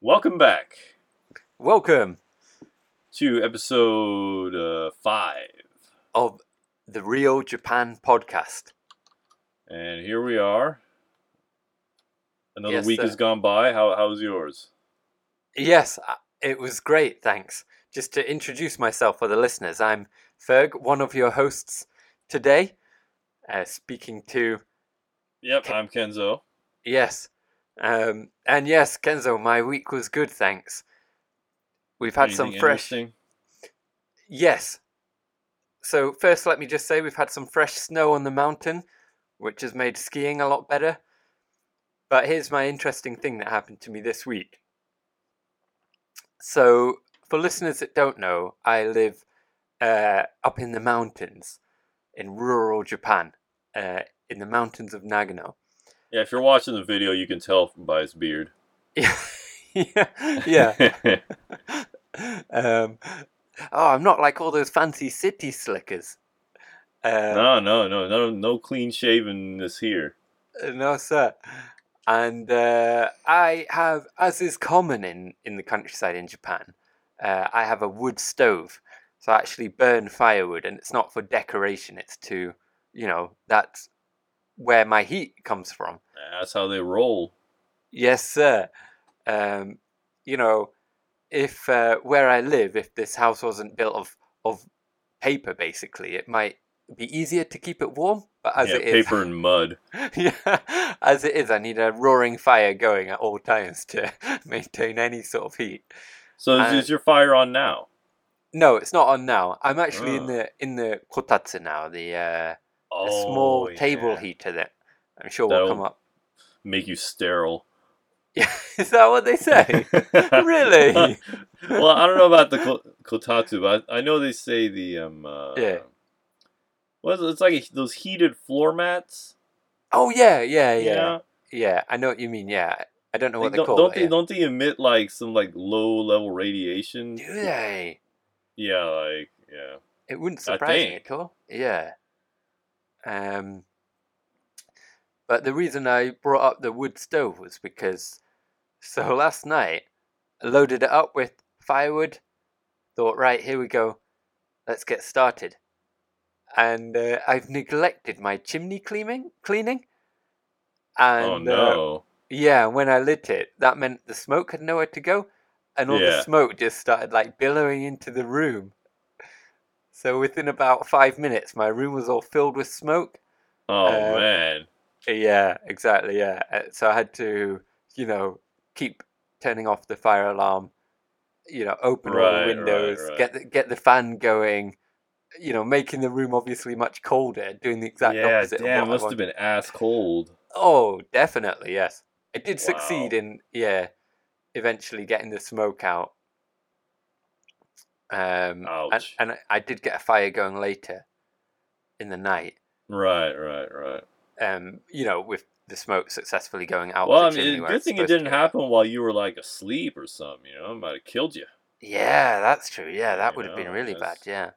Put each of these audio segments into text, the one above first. Welcome back Welcome to episode uh, five. of the Real Japan podcast. And here we are. Another Yes, week sir. has gone by. How, how's yours? Yes, I- it was great. Thanks. Just to introduce myself for the listeners, I'm Ferg, one of your hosts today, uh, speaking to Yep, I'm Kenzo. yes, um, and yes, Kenzo. My week was good. Thanks. We've had some Anything fresh interesting? Yes. So first, let me just say we've had some fresh snow on the mountain, which has made skiing a lot better. But here's my interesting thing that happened to me this week. So for listeners that don't know, I live uh, up in the mountains in rural Japan, uh, in the mountains of Nagano. Yeah, if you're watching the video, you can tell by his beard. yeah, yeah. Um, oh, I'm not like all those fancy city slickers. Uh, no, no, no, no, no clean shavenness here. No, sir. And uh, I have, as is common in, in the countryside in Japan, uh, I have a wood stove. So I actually burn firewood, and it's not for decoration, it's to, you know, that's where my heat comes from. That's how they roll. Yes, sir. Um, you know, if uh, where I live, if this house wasn't built of, of paper, basically, it might be easier to keep it warm. But as yeah, it is, paper and mud. yeah, as it is, I need a roaring fire going at all times to maintain any sort of heat. So Uh, is, is your fire on now? No, it's not on now. I'm actually Oh. in the in the kotatsu now, the uh, Oh, the small table yeah. heater that I'm sure will come That'll- up. Make you sterile. Is that what they say? really? well, I don't know about the ko- kotatsu, but I I know they say the um. Uh, Yeah. What is it? It's like a, those heated floor mats. Oh yeah, yeah, yeah, you know? yeah. I know what you mean. Yeah, I don't know what They they don't, call don't it. they? yeah. Don't they emit like some like low level radiation? Do they? Yeah, like yeah. It wouldn't I surprise me think. at all. Yeah. Um, but the reason I brought up the wood stove was because, so last night, I loaded it up with firewood, thought, right, here we go, let's get started. And uh, I've neglected my chimney cleaning, cleaning. And, oh uh, no. yeah, when I lit it, that meant the smoke had nowhere to go, and all Yeah. the smoke just started like billowing into the room. So within about five minutes, my room was all filled with smoke. oh uh, man. Yeah, exactly. Yeah, Uh, so I had to, you know, keep turning off the fire alarm. You know, open all Right, the right, windows, right. get the, get the fan going. You know, making the room obviously much colder, doing the exact Yeah, opposite. damn. of what I Must wanted. have been ass cold. Oh, definitely, yes. It did succeed Wow. in, yeah, eventually getting the smoke out. Um, and, Ouch. and I- I did get a fire going later in the night, Right, right, right. um, you know, with the smoke successfully going out well, I the chimney mean, where good it's thing it supposed didn't to. happen while you were like asleep or something. You know, it might have killed you. Yeah, that's true. Yeah, that You would have been know, really bad. that's- Yeah.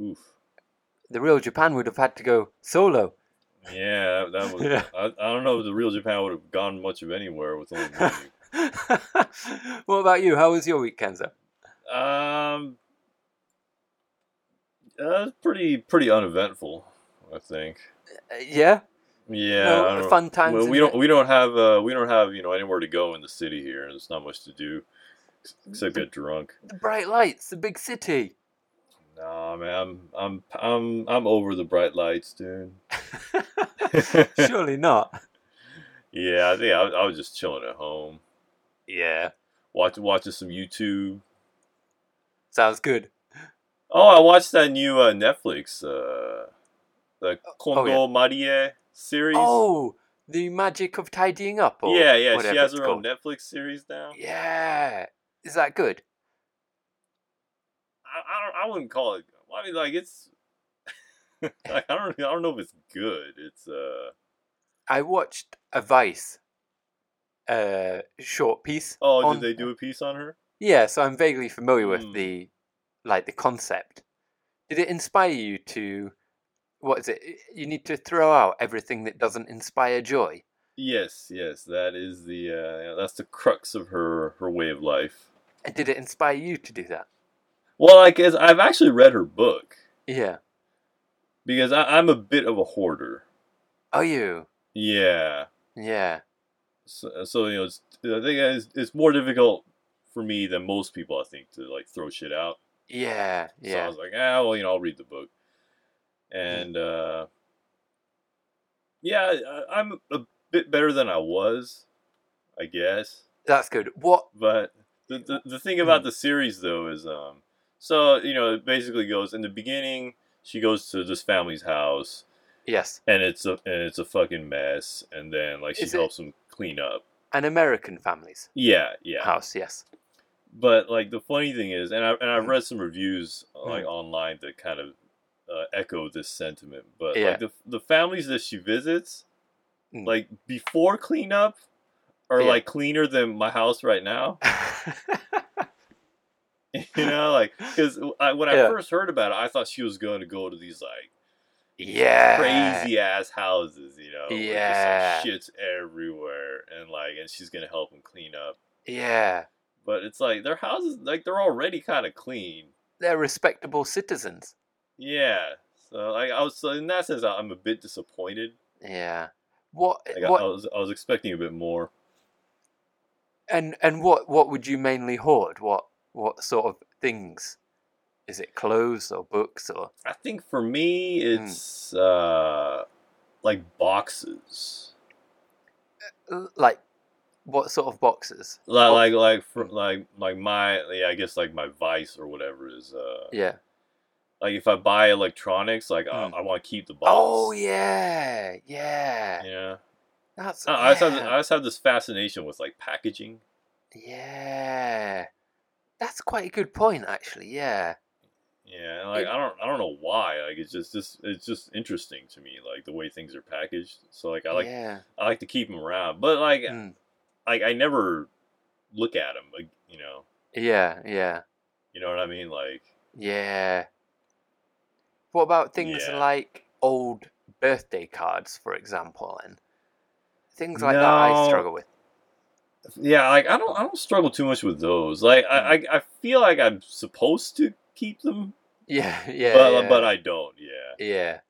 Oof. The real Japan would have had to go solo. Yeah, that, that was. Yeah. I, I don't know if the real Japan would have gone much of anywhere with only one week. What about you? How was your Uh, week, Kenzo? Um, uh, pretty pretty uneventful, I think. Uh, yeah? Yeah, No, I don't- fun times Well, in we don't the- we don't have uh we don't have you know anywhere to go in the city here. There's not much to do except get drunk. The bright lights, the big city. Nah, man, I'm I'm I'm I'm over the bright lights, dude. Surely not. yeah, I think I, I was just chilling at home, Yeah. watching watching some YouTube. Sounds good. Oh, I watched that new uh, Netflix, uh, the Kondo Marie series. Oh, the magic of tidying up. Or yeah, yeah, she whatever has it's her called. own Netflix series now. Yeah. Is that good? I, I don't, I wouldn't call it. I mean, like it's, like, I don't, I don't know if it's good. It's uh, I watched a Vice uh, short piece. oh, on- did they do a piece on her? Yeah, so I'm vaguely familiar with Hmm. the like the concept. Did it inspire you to what is it? You need to throw out everything that doesn't inspire joy. Yes, yes, that is the uh, that's the crux of her her way of life. And did it inspire you to do that? Well, I guess I've actually read her book Yeah. because I, I'm a bit of a hoarder. Are you? Yeah, Yeah. so, uh, so you know, it's, I think it's, it's more difficult for me than most people. I think to like throw shit out. Yeah. So I Yeah. Mm. was like, ah, well, you know, I'll read the book. And uh, yeah, I- I'm a bit better than I was, I guess. That's good. What? But the, the, the thing Mm. about the series, though, is um, so, you know, it basically goes in the beginning, she goes to this family's house. Yes. And it's a and it's a fucking mess, and then like she Is it- helps them clean up. An American family's Yeah, yeah. house. Yes. But like the funny thing is, and I and I've Mm. read some reviews like Mm. online that kind of uh, echo this sentiment. But Yeah. like the the families that she visits, Mm. like before cleanup, are Yeah. like cleaner than my house right now. you know, like because I, when I Yeah. first heard about it, I thought she was going to go to these like yeah. crazy ass houses, you know, where just, like, Yeah. shit's everywhere, and like and she's gonna help them clean up. Yeah. But it's like their houses, like they're already kind of clean. They're respectable citizens. Yeah. So like I was so in that sense I- I'm a bit disappointed. Yeah. What? Like I, I what? was I was expecting a bit more. And and what? What would you mainly hoard? What? What sort of things? Is it clothes or books or? I think for me Mm. it's uh like boxes. l- like what sort of boxes? Like Box- like like for, Mm. like like my yeah, I guess like my vice or whatever is uh Yeah. like if I buy electronics like Mm. I, I want to keep the box. Oh yeah, yeah. You know? That's I, I just have I yeah. just have this fascination with like packaging. yeah. That's quite a good point, actually. Yeah, Yeah, and, like It- I don't I don't know why. Like it's just this it's just interesting to me like the way things are packaged. So like I like yeah. I like to keep them around, but like Mm. like I never look at them. Like, you know, yeah, yeah, you know what I mean. Like yeah. What about things Yeah. like old birthday cards, for example, and things like that? I No. struggle with. yeah, like I don't I don't struggle too much with those. Like I Mm. I, I feel like I'm supposed to keep them, Yeah, yeah, but yeah. but uh, I don't. Yeah. yeah.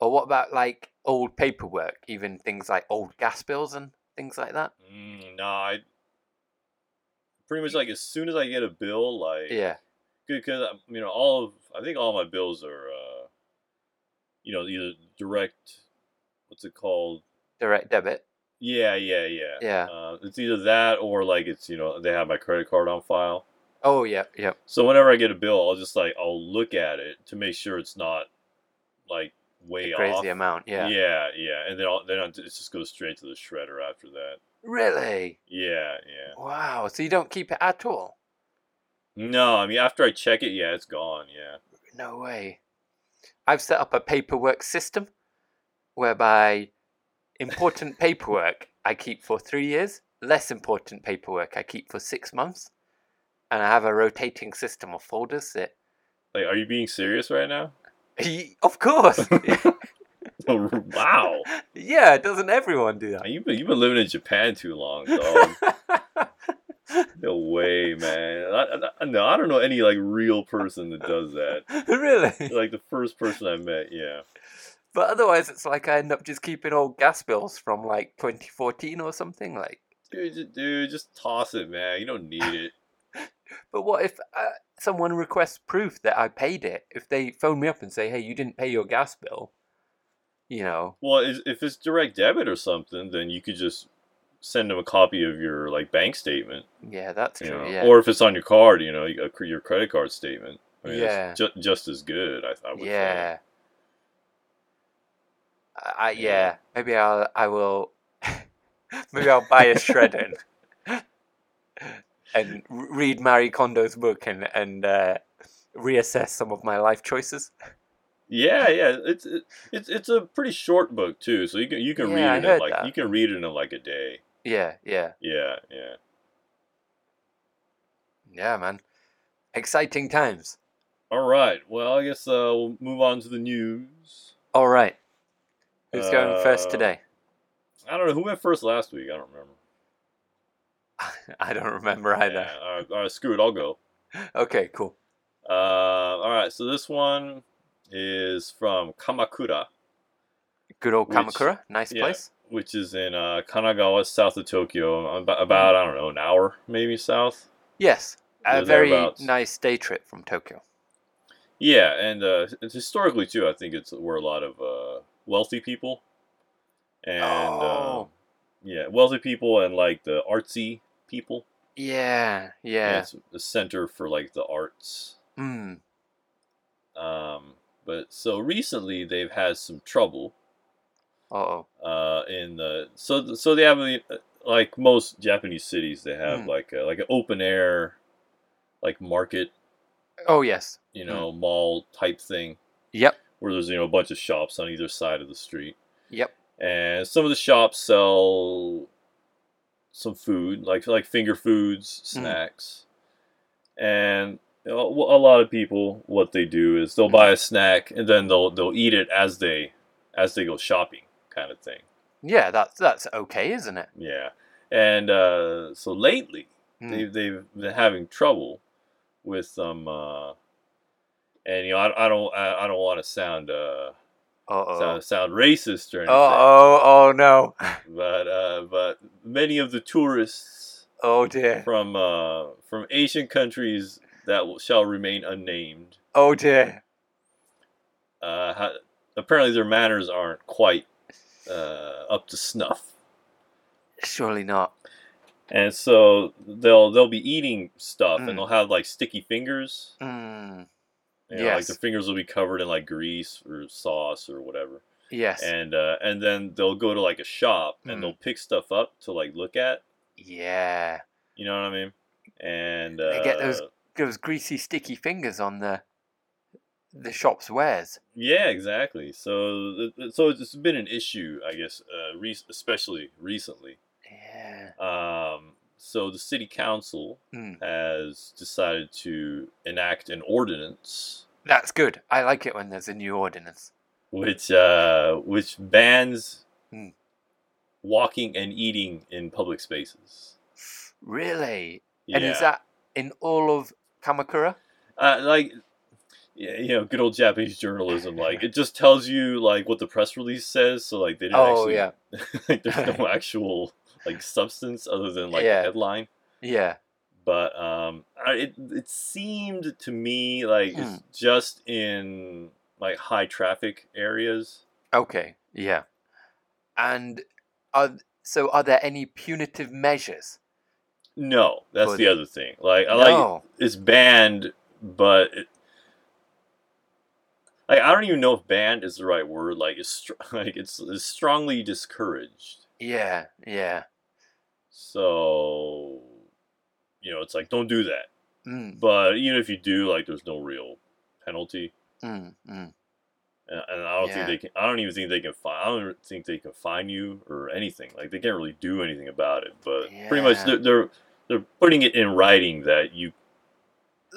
Or what about like old paperwork, even things like old gas bills and things like that? Mm, no, I pretty much like as soon as I get a bill, like Yeah. because you know all of I think all my bills are uh you know either direct what's it called direct debit. yeah yeah yeah Yeah. Uh, it's either that or like it's you know they have my credit card on file. Oh yeah, yeah. So whenever I get a bill, I'll just like I'll look at it to make sure it's not like way A crazy off. amount. Yeah. yeah, yeah. and then I'll, then I'll, it just goes straight to the shredder after that. Really? Yeah, yeah. Wow. So you don't keep it at all? No, I mean after I check it, yeah, it's gone. Yeah. No way. I've set up a paperwork system whereby important paperwork I keep for three years, less important paperwork I keep for six months, and I have a rotating system of folders that. Like, are you being serious right now? Oh, Of course. wow, yeah. Doesn't everyone do that? you've been you've been living in Japan too long, dog. no way, man. I, I- I, no, I don't know any like real person that does that. really? Like the first person I met, yeah. But otherwise, it's like I end up just keeping old gas bills from like 2014 or something. Like, Dude, just, dude, just toss it, man. You don't need it. but what if uh, someone requests proof that I paid it? If they phone me up and say, "Hey, you didn't pay your gas bill," you know? Well, is- if it's direct debit or something, then you could just send them a copy of your like bank statement, Yeah, that's you true. know? Yeah, or if it's on your card, you know, a, cr- your credit card statement. I mean, Yeah. it's ju- just as good. I, I would yeah. I, I, Yeah. yeah, maybe I'll I will maybe I'll buy a shredding and r- read Marie Kondo's book and and uh, reassess some of my life choices. say. Yeah, yeah. It's it, it's it's a pretty short book too, so you can you can Yeah, I read it in heard like that. you can read it in like a day. Yeah, yeah. Yeah, yeah. Yeah, man. Exciting times. All right. Well, I guess uh, we'll move on to the news. All right. Who's going first Uh, today? I don't know who went first last week. I don't remember. I don't remember either. Yeah, all right, all right, screw it. I'll go. Okay, cool. Uh, all right, so this one is from Kamakura, Good old Which- Kamakura, nice yeah. place. which is in uh, Kanagawa, south of Tokyo, um, about, about I don't know an hour maybe south. Yes, a Yeah, very thereabouts. nice day trip from Tokyo. Yeah, and uh, it's historically too, I think it's where a lot of uh, wealthy people and Oh. um, yeah, wealthy people and like the artsy people. Yeah, And yeah. it's the center for like the arts. Mm, Um, but so recently they've had some trouble oh, uh, in the so so they have uh, like most Japanese cities they have Hmm. like a, like an open air like market oh yes. you know mall type thing Yep, where there's you know a bunch of shops on either side of the street yep. and some of the shops sell some food like like finger foods snacks and you know, a lot of people what they do is they'll buy a snack and then they'll they'll eat it as they as they go shopping kind of thing Yeah, that's that's okay, isn't it? Yeah, and uh, so lately Mm. they've they've been having trouble with some, uh, and you know I, I don't I, I don't want to sound uh Uh-oh. sound, sound racist or Oh, anything, oh, oh no. but uh, but many of the tourists Oh dear. from uh, from Asian countries that will, shall remain unnamed, Oh dear. uh, ha- apparently their manners aren't quite uh, up to snuff. Surely not. and so they'll they'll be eating stuff Mm. and they'll have like sticky fingers Mm, you know, like Yes. the fingers will be covered in like grease or sauce or whatever yes. and uh, and then they'll go to like a shop Mm. and they'll pick stuff up to like look at yeah. you know what i mean and uh, They get those- Those greasy, sticky fingers on the the shop's wares. yeah exactly so th- th- so it's been an issue i guess uh, re- especially recently Yeah. um, so the city council Mm. has decided to enact an ordinance That's good. I like it when there's a new ordinance. which uh, which bans Hmm. walking and eating in public spaces. Really? Yeah. And is that in all of Kamakura? uh, like yeah, you know, good old Japanese journalism. Like it just tells you like what the press release says. So like they didn't Oh actually. yeah. like, there's no actual like substance other than like Yeah. the headline. Yeah. But um, I, it it seemed to me like Hmm. it's just in like high traffic areas. Okay. Yeah. And are so are there any punitive measures? No, that's Good. the other thing. Like I like no. it's banned, but it, like I don't even know if banned is the right word. Like it's str- like it's, it's strongly discouraged. Yeah. Yeah. So you know, it's like don't do that. Mm, But even if you do, like there's no real penalty, mm, mm. and, and I don't Yeah. think they can. I don't even think they can find. I don't think they can fine you or anything. Like they can't really do anything about it. But pretty much Yeah. they're, they're they're putting it in writing that you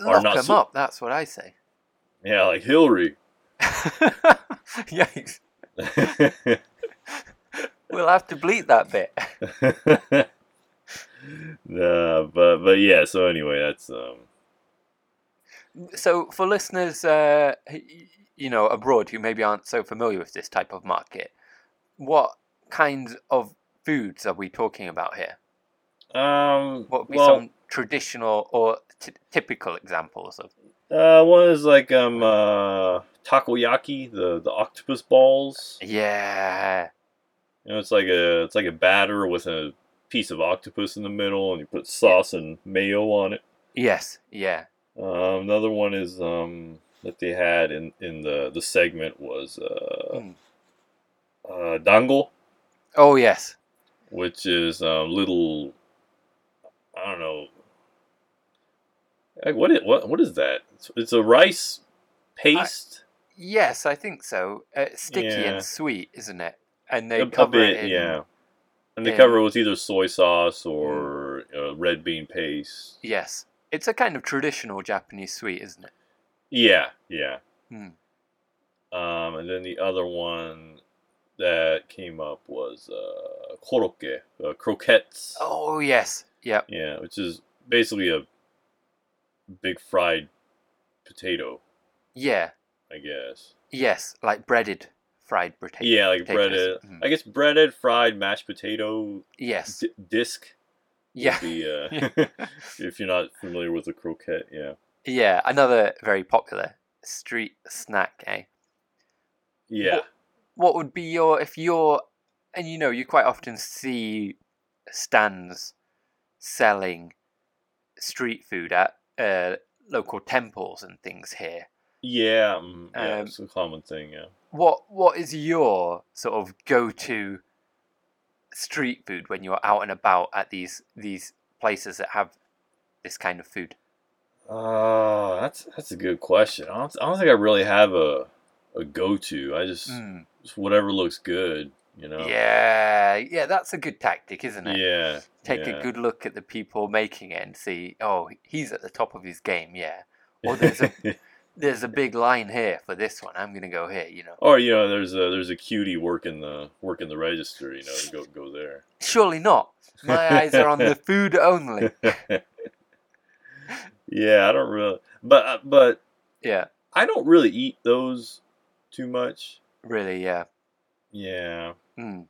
Are Lock not them so- up. That's what I say. yeah like Hillary. Yikes. We'll have to bleep that bit. no, but but yeah. So anyway, that's um. So, for listeners, uh, y- you know, abroad who maybe aren't so familiar with this type of market, what kinds of foods are we talking about here? Um. What would be well, some traditional or t- typical examples of? uh, one is like um uh takoyaki, the the octopus balls. Yeah, You know, it's like a it's like a batter with a piece of octopus in the middle, and you put sauce and mayo on it. yes, yeah. Um, another one is um that they had in in the the segment was uh, Mm. uh dangle. Oh, yes. which is um, little. I don't know. Like what? Is, what? What is that? It's, it's a rice paste. Yes, I think so. Uh, sticky Yeah. and sweet, isn't it? And A- they a cover bit, it in. yeah. And they in- Hmm. cover it with either soy sauce or uh, red bean paste. Yes. It's a kind of traditional Japanese sweet, isn't it? Yeah, yeah. Hmm. Um, and then the other one that came up was uh, korokke, uh, croquettes. Oh yes, yep. Yeah, which is basically a big fried potato, yeah, I guess. yes, like breaded fried potato. Yeah, like potatoes. breaded. Mhm. I guess breaded fried mashed potato Yes, d- disc. yeah, would be, uh, if you're not familiar with a croquette, yeah. yeah. Another very popular street snack, eh? Yeah. what would be your if you're and you know you quite often see stands selling street food at uh, local temples and things here Yeah, mm, yeah, Um, it's a common thing. Yeah, what what is your sort of go-to street food when you're out and about at these these places that have this kind of food uh, that's that's a good question. I don't, I don't think I really have a a go to. I just, Mm, just whatever looks good, you know. yeah yeah that's a good tactic isn't it yeah, take yeah. a good look at the people making it and see oh he's at the top of his game yeah or there's a there's a big line here for this one. I'm gonna go here, you know. or you know, there's a there's a cutie working the working the register. You know, go go there. Surely not. My eyes are on the food only. yeah, I don't really, but uh, but Yeah, I don't really eat those too much. really, yeah. Yeah. Mm,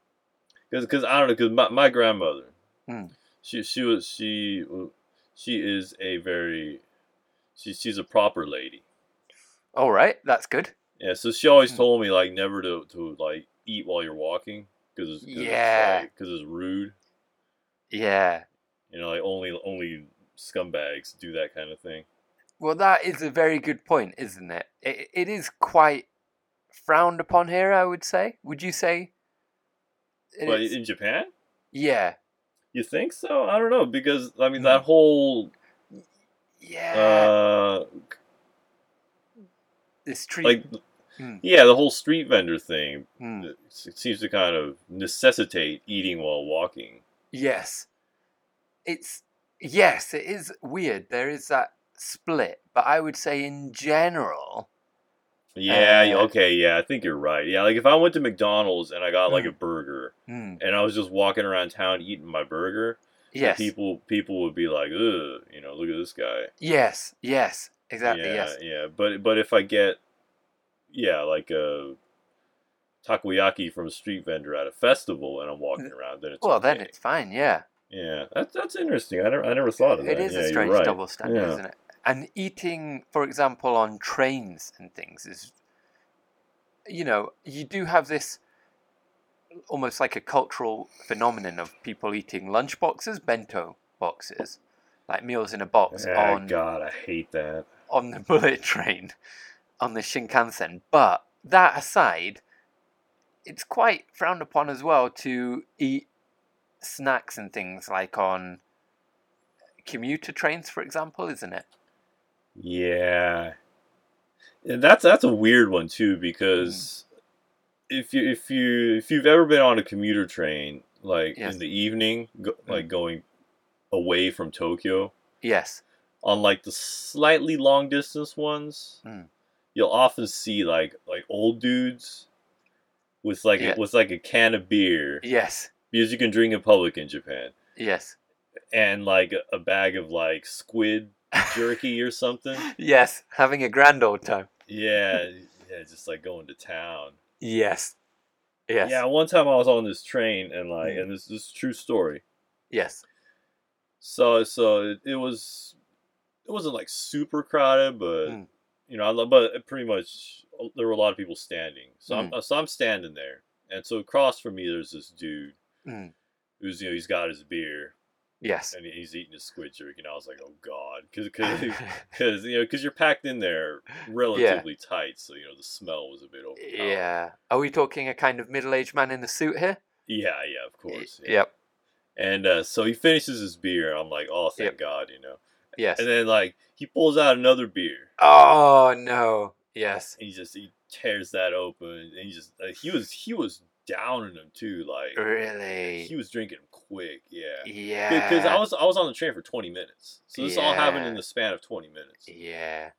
because cause I don't know because my, my grandmother, Mm. she she was she w- she is a very she she's a proper lady. all right, that's good. Yeah, so she always Mm. told me like never to, to like eat while you're walking because Yeah. because it's rude. Yeah. You know, like only only scumbags do that kind of thing. Well, that is a very good point, isn't it? It, it is quite frowned upon here. I would say. Would you say? it But is? in Japan, yeah. you think so? I don't know because I mean Mm. that whole Yeah. uh the street. like Mm. yeah the whole street vendor thing mm, it seems to kind of necessitate eating while walking. Yes. It's yes, it is weird. There is that split, but I would say in general, Yeah, y- Uh, okay, yeah, I think you're right. Yeah, like if I went to McDonald's and I got like a burger mm, and I was just walking around town eating my burger, the yes, people people would be like, Ugh, you know, look at this guy. yes, yes, exactly, yeah, yes, yeah. But but if I get yeah, like a takoyaki from a street vendor at a festival and I'm walking around, then it's Well, then okay. it's fine. Yeah, Yeah. That's that's interesting. I never I never thought of that. it is yeah, a you're strange right. double standard, Yeah. isn't it? And eating, for example, on trains and things is, you know, you do have this almost like a cultural phenomenon of people eating lunch boxes, bento boxes, like meals in a box Ah, on God, I hate that. on the bullet train on the Shinkansen. But that aside, it's quite frowned upon as well to eat snacks and things like on commuter trains, for example, isn't it? Yeah. And that's that's a weird one Mm. too because if you if you if you've ever been on a commuter train like Yes. Mm. in the evening go, like going away from Tokyo Yes. on like the slightly long distance ones Mm. you'll often see like like old dudes with like Yeah. a, with like a can of beer Yes. because you can drink in public in Japan Yes. and like a- a bag of like squid jerky or something Yes. Having a grand old time. Yeah, yeah, just like going to town. Yes. Yes. Yeah, one time I was on this train and like, Mm. and this, this is a true story. Yes. So, so it, it was, it wasn't like super crowded, but Mm. you know, I, lo- but pretty much uh, there were a lot of people standing. So Mm. I'm, uh, so I'm standing there, and so across from me there's this dude Mm. who's you know he's got his beer Yes. and he's eating his squid jerky, and I was like, oh god, because because you know because you're packed in there relatively tight, so you know the smell was a bit overpowering. yeah. Are we talking a kind of middle-aged man in the suit here? Yeah, yeah, of course. yeah. Yep. And uh, so he finishes his beer. I'm like, oh, thank Yep. God, you know. Yes. And then like he pulls out another beer. Oh no! Yes. He just he tears that open, and he just like, he was he was downing them too. Like he Really? was drinking them quick. Yeah. Yeah. Because I was I was on the train for 20 minutes, so this all happened Yeah. in the span of 20 minutes. Yeah.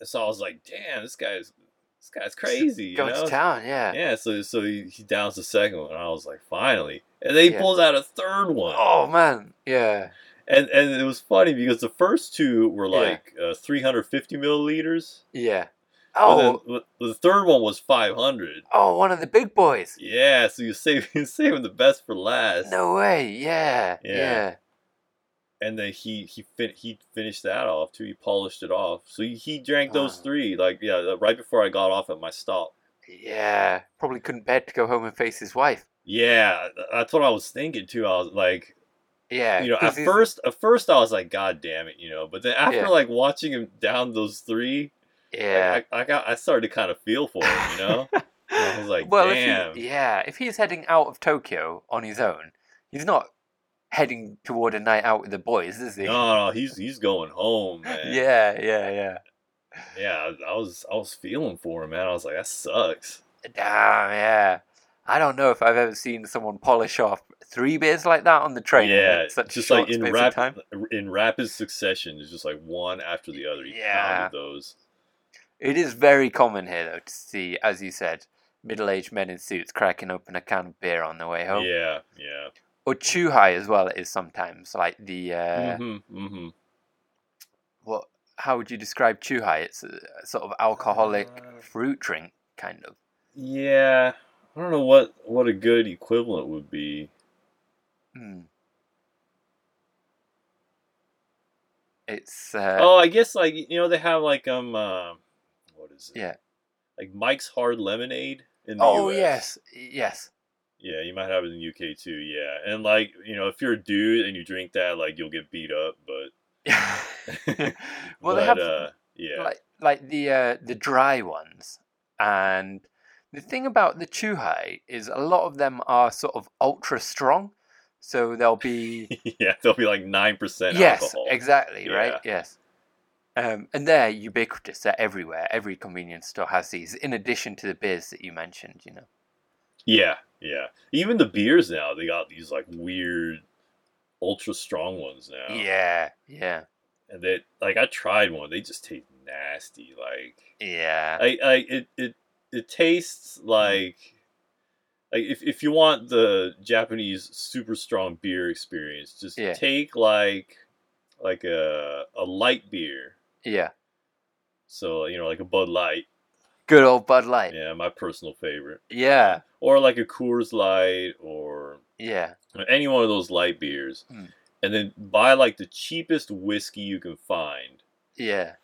And so I was like, damn, this guy's this guy's crazy. You Going know? to town, yeah. Yeah, so so he, he downs the second one, and I was like, finally. And then he Yeah. pulls out a third one, Oh man, yeah, and and it was funny because the first two were Yeah. like uh, 350 milliliters. yeah. but Oh, then the the third one was 500. oh, one of the big boys. Yeah, so you're saving you're saving the best for last. No way, yeah, Yeah. yeah, And then he he fin- he finished that off too. He polished it off. So he, he drank those Wow. three like yeah the- right before I got off at my stop. yeah, Probably couldn't bear to go home and face his wife. Yeah, th- that's what I was thinking too. I was like, Yeah, you know, 'cause at he's- first, at first I was like, "God damn it," you know. But then after Yeah. like watching him down those three, like, yeah. I, I got, I started to kind of feel for him, you know. I was like, well, damn. If he, yeah, if he's heading out of Tokyo on his own, he's not heading toward a night out with the boys, is he? no, no, he's he's going home, man. yeah, yeah, yeah. yeah. I was, I was feeling for him, man. I was like, that sucks. Damn, yeah. I don't know if I've ever seen someone polish off three beers like that on the train. in yeah, such a just short like in space of rapid, time. in rapid succession, it's just like one after the other. He Yeah. pounded those. It is very common here, though, to see, as you said, middle-aged men in suits cracking open a can of beer on the way home, Yeah, yeah. or chuhai as well. It is sometimes like the uh, mm-hmm, mm-hmm. what? How would you describe chuhai? It's a sort of alcoholic Uh, fruit drink, kind of. Yeah, I don't know what what a good equivalent would be. Hmm. It's uh, oh, I guess like you know they have like um uh, what is it? Yeah. Like Mike's Hard Lemonade in the oh US. yes, yes, Yeah, you might have it in the UK too. Yeah, and like you know if you're a dude and you drink that, like you'll get beat up. But well, but, they have uh, yeah. like like the uh, the dry ones, and the thing about the chuhai is a lot of them are sort of ultra strong, so they'll be yeah, they'll be like nine percent yes, alcohol. exactly right, Yeah. yes, um, and they're ubiquitous. They're everywhere. Every convenience store has these, in addition to the beers that you mentioned. You know, Yeah, yeah. Even the beers now they got these like weird, ultra strong ones now. yeah, yeah, and they like I tried one. They just taste nasty. Like yeah, I, I it, it it tastes Mm-hmm. like like if, if you want the Japanese super strong beer experience, just Yeah. take like like a a light beer. yeah. So you know, like a Bud Light, Good old Bud Light. yeah, my personal favorite, Yeah, or like a Coors Light, or yeah, any one of those light beers, Hmm. and then buy like the cheapest whiskey you can find, yeah.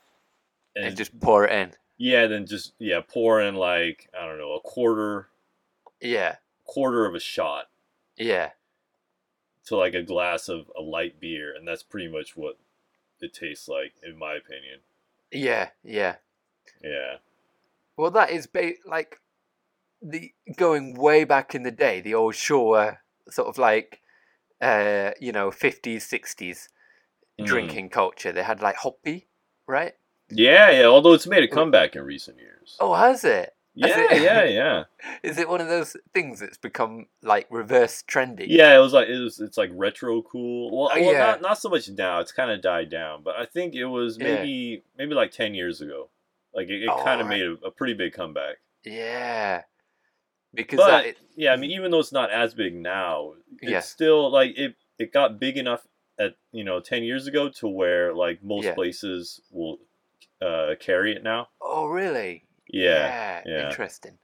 And just pour it in. Yeah, then just yeah, pour in like I don't know a quarter Yeah, quarter of a shot yeah, to like a glass of a light beer, and that's pretty much what it tastes like, in my opinion. yeah, yeah. Yeah, Well, that is ba- like the going way back in the day, the old shore sort of like uh, you know fifties, sixties drinking culture. They had like hoppy, right? Mm. Yeah, yeah. Although it's made a comeback in recent years. Oh, has it? is yeah, it? yeah, yeah, Is it one of those things that's become like reverse trendy? yeah. It was like it was. It's like retro cool. Well, Oh, well yeah. not not so much now. It's kind of died down, but I think it was Yeah. maybe maybe like ten years ago. Like it, it Oh, kind of right. made a, a pretty big comeback. yeah. Because but that it, yeah, I mean, even though it's not as big now, it's Yeah. still like it. It got big enough at you know ten years ago to where like most Yeah. places will uh, carry it now. oh really? Yeah, yeah. Interesting.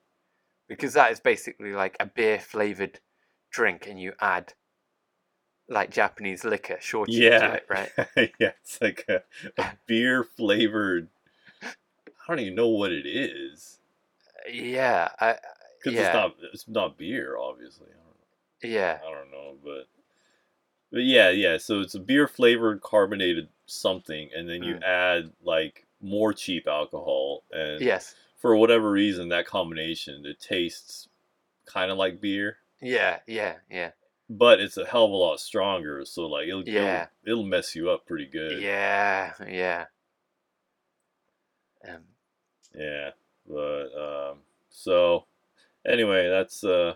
Because that is basically like a beer flavored drink, and you add like Japanese liquor shortage Yeah. to it, right? yeah, it's like a, a beer flavored. I don't even know what it is yeah, I, because Yeah. it's not it's not beer, obviously. yeah, I don't, I don't know, but but yeah, yeah. So it's a beer flavored carbonated something, and then you Mm. add like more cheap alcohol and yes, for whatever reason, that combination it tastes kind of like beer, yeah, yeah, yeah, but it's a hell of a lot stronger. So like it'll Yeah. it'll, it'll mess you up pretty good. yeah, yeah. Um, Yeah. But um, so anyway, that's uh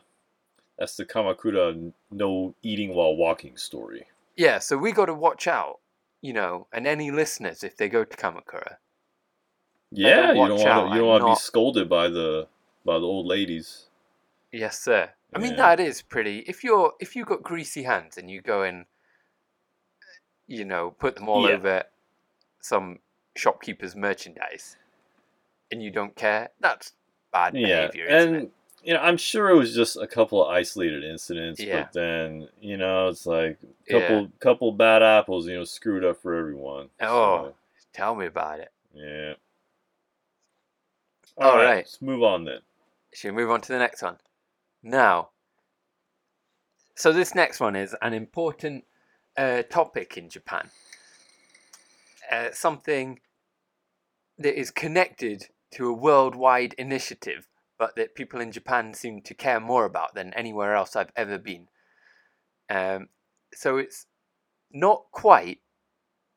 that's the Kamakura no eating while walking story. yeah, so we got to watch out, you know, and any listeners if they go to Kamakura, Yeah, better you don't watch want out to, you don't and want to be not- scolded by the by the old ladies. Yes, sir. I mean Yeah. that is pretty. If you're if you've got greasy hands and you go and eh, you know put them all Yeah. over some shopkeeper's merchandise, and you don't care, that's bad Yeah, behavior, isn't and it? you know, I'm sure it was just a couple of isolated incidents, Yeah. but then you know, it's like Yeah. couple couple bad apples, you know, screwed up for everyone. Oh. Tell me about it. So, yeah. All Alright, right. let's move on then. Should we move on to the next one? Now, so this next one is an important uh, topic in Japan. Uh, something that is connected to a worldwide initiative, but that people in Japan seem to care more about than anywhere else I've ever been. Um, so it's not quite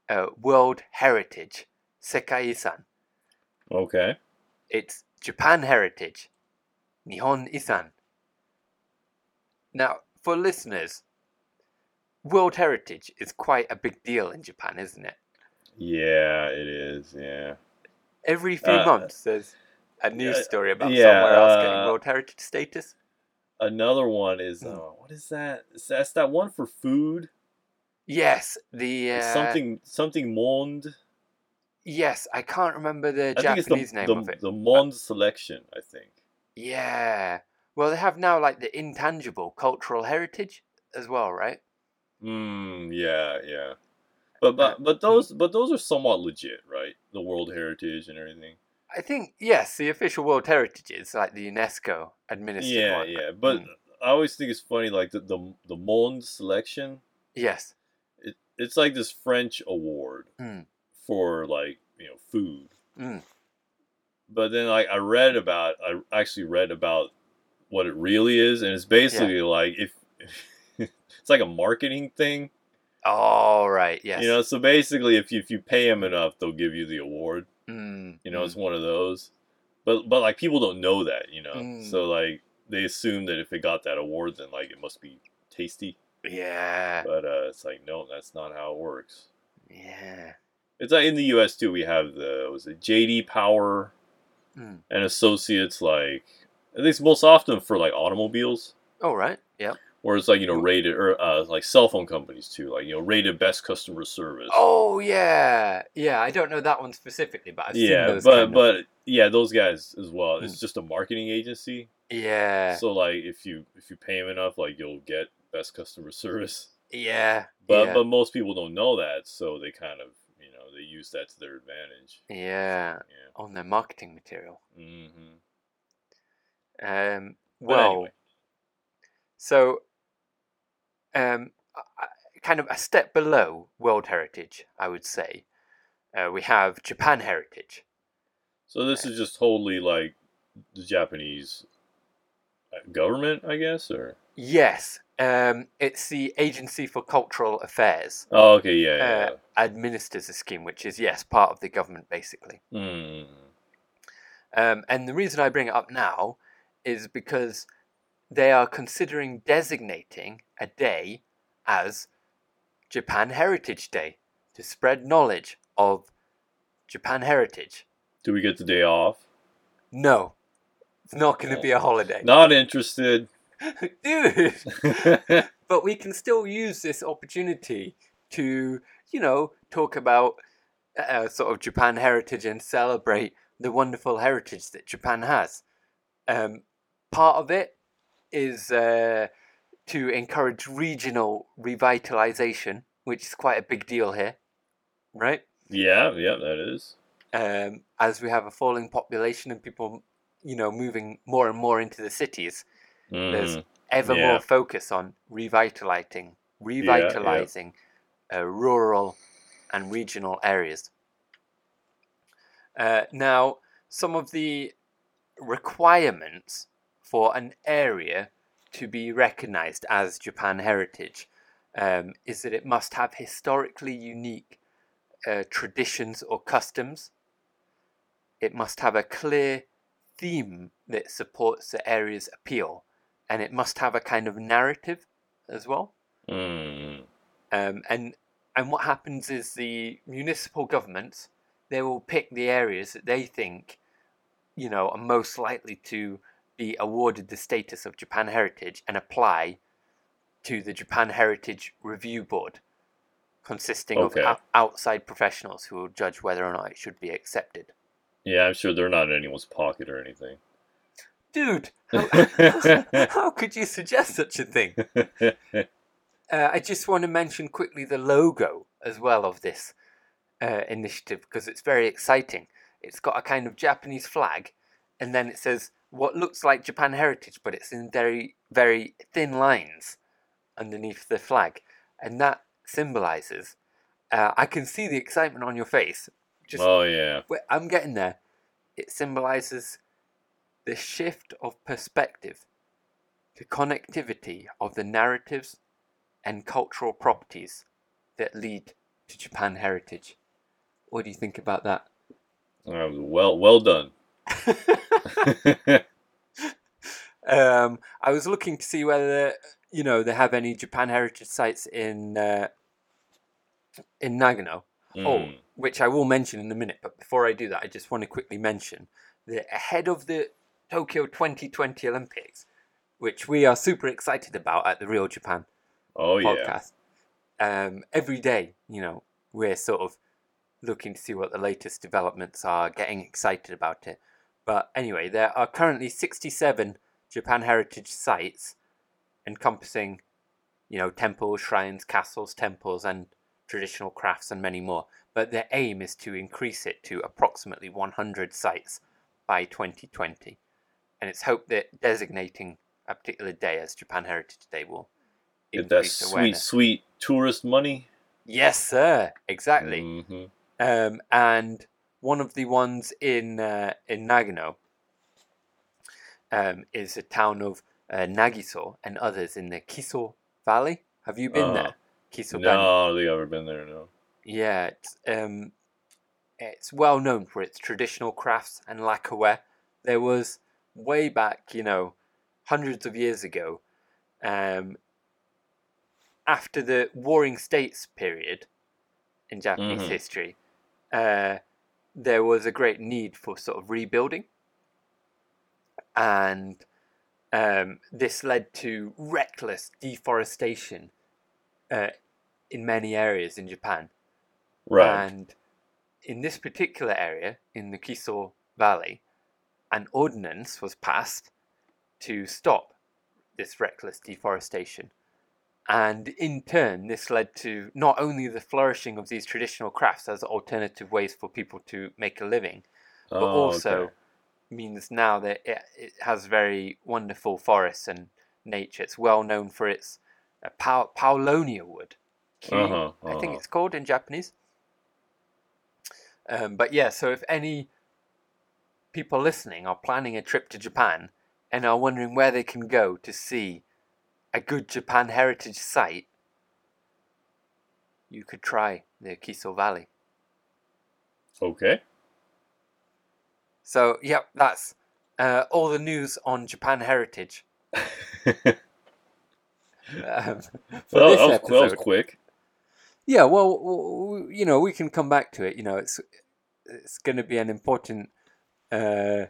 uh, World Heritage, Sekaiisan Okay. it's Japan heritage, Nihon Isan. Now, for listeners, World Heritage is quite a big deal in Japan, isn't it? Yeah, it is. Yeah. Every few Uh, months, there's a news uh, story about yeah, somewhere else getting uh, World Heritage status. Another one is uh, Hmm. what is that? Is that- That's that one for food. Yes, the It's uh, something something mond. Yes, I can't remember the I Japanese think it's the name the, of it. the mond selection. I think. Yeah. Well, they have now like the intangible cultural heritage as well, right? Mm, yeah, yeah. But but but those but those are somewhat legit, right? The World Heritage and everything. I think yes, the official World Heritage is like the UNESCO administered yeah, one. yeah. But Mm. I always think it's funny, like the the the Monde selection. Yes. It, it's like this French award Mm. for like you know food. Mm. But then like I read about I actually read about what it really is, and it's basically like if it's like a marketing thing, All right. Yes. you know. So basically, if you, if you pay them enough, they'll give you the award. Mm, You know, mm. it's one of those. But but like people don't know that, you know. Mm. So like they assume that if it got that award then like it must be tasty. mm. yeah. But uh it's like no, that's not how it works. Yeah. It's like in the US too we have the was it JD Power Mm. and associates like at least most often for like automobiles. All right. Yep. Or it's like, you know, Mm. rated or uh, like cell phone companies too, like you know, rated best customer service. Oh yeah. Yeah. I don't know that one specifically, but I've yeah, seen those. but kind of- but yeah, those guys as well. Mm. It's just a marketing agency. yeah. So like if you if you pay them enough, like you'll get best customer service. yeah. But yeah. but most people don't know that, so they kind of you know they use that to their advantage. yeah. Yeah. On their marketing material. Mm-hmm. Um. Well. anyway. So, um, I- I- kind of a step below World Heritage, I would say. Uh, we have Japan Heritage. so this is just totally like the Japanese uh, government, I guess, or Yes, um, it's the Agency for Cultural Affairs. oh okay, yeah, yeah. Uh, administers a scheme which is yes part of the government basically. yeah. Mm. Um, and the reason I bring it up now is because they are considering designating a day as Japan Heritage Day to spread knowledge of Japan heritage. Do we get the day off? No, it's not going to be a holiday, Not interested. dude. yeah, But we can still use this opportunity to, you know, talk about uh, sort of Japan heritage and celebrate the wonderful heritage that Japan has. Um, part of it is uh, to encourage regional revitalization, which is quite a big deal here, right? yeah, that is. um, as we have a falling population and people, you know, moving more and more into the cities, Mm. There's- ever Yeah. more focus on revitalizing, revitalizing Uh, rural and regional areas. Uh, now, some of the requirements for an area to be recognized as Japan heritage um, is that it must have historically unique uh, traditions or customs. It must have a clear theme that supports the area's appeal, and it must have a kind of narrative as well. Mm. Um, and and what happens is the municipal governments they will pick the areas that they think, you know, are most likely to be awarded the status of Japan Heritage and apply to the Japan Heritage Review Board, consisting Okay. of ou- outside professionals who will judge whether or not it should be accepted. Yeah, I'm sure they're not in anyone's pocket or anything. Dude, how, how could you suggest such a thing? Uh, I just want to mention quickly the logo as well of this uh, initiative because it's very exciting. It's got a kind of Japanese flag, and then it says what looks like Japan heritage, but it's in very, very thin lines underneath the flag, and that symbolizes. Uh, I can see the excitement on your face. Just oh yeah. Wait, I'm getting there. It symbolizes the shift of perspective, the connectivity of the narratives and cultural properties that lead to Japan heritage. What do you think about that? That was well well done. Oh, um, I was looking to see whether you know they have any Japan heritage sites in uh, in Nagano. Oh, Mm. which I will mention in a minute, but before I do that, I just want to quickly mention that ahead of the Tokyo 2020 Olympics, which we are super excited about at the Real Japan Oh yeah. podcast, um, every day, you know, we're sort of looking to see what the latest developments are, getting excited about it. But anyway, there are currently 67 Japan heritage sites encompassing, you know, temples, shrines, castles, temples, and traditional crafts, and many more. But their aim is to increase it to approximately 100 sites by 2020. And it's hoped that designating a particular day as Japan Heritage Day will Get that increase sweet, awareness. sweet tourist money. Yes, sir. Exactly. hmm Um, and one of the ones in uh, in Nagano um, is a town of uh, Nagiso and others in the Kiso Valley. Have you been Uh, there? Kiso Valley. No, they ever been there? No. Yeah, it's, um, it's well known for its traditional crafts and lacquerware. There was way back, you know, hundreds of years ago, um, after the Warring States period in Japanese Mhm. history, uh, there was a great need for sort of rebuilding. And um, this led to reckless deforestation uh, in many areas in Japan. Right. And in this particular area, in the Kiso Valley, an ordinance was passed to stop this reckless deforestation. And in turn, this led to not only the flourishing of these traditional crafts as alternative ways for people to make a living, but Oh, also okay. means now that it, it has very wonderful forests and nature. It's well known for its uh, pau- paulonia wood. Ki- Uh-huh, I uh-huh. think it's called in Japanese. Um, but yeah, so if any people listening are planning a trip to Japan and are wondering where they can go to see a good Japan heritage site, you could try the Kiso Valley. Okay. So, yep, that's uh, all the news on Japan heritage. um, for Well, that, was, this that was episode. quick. Yeah, well, w- w- you know, we can come back to it. You know, it's it's going to be an important uh,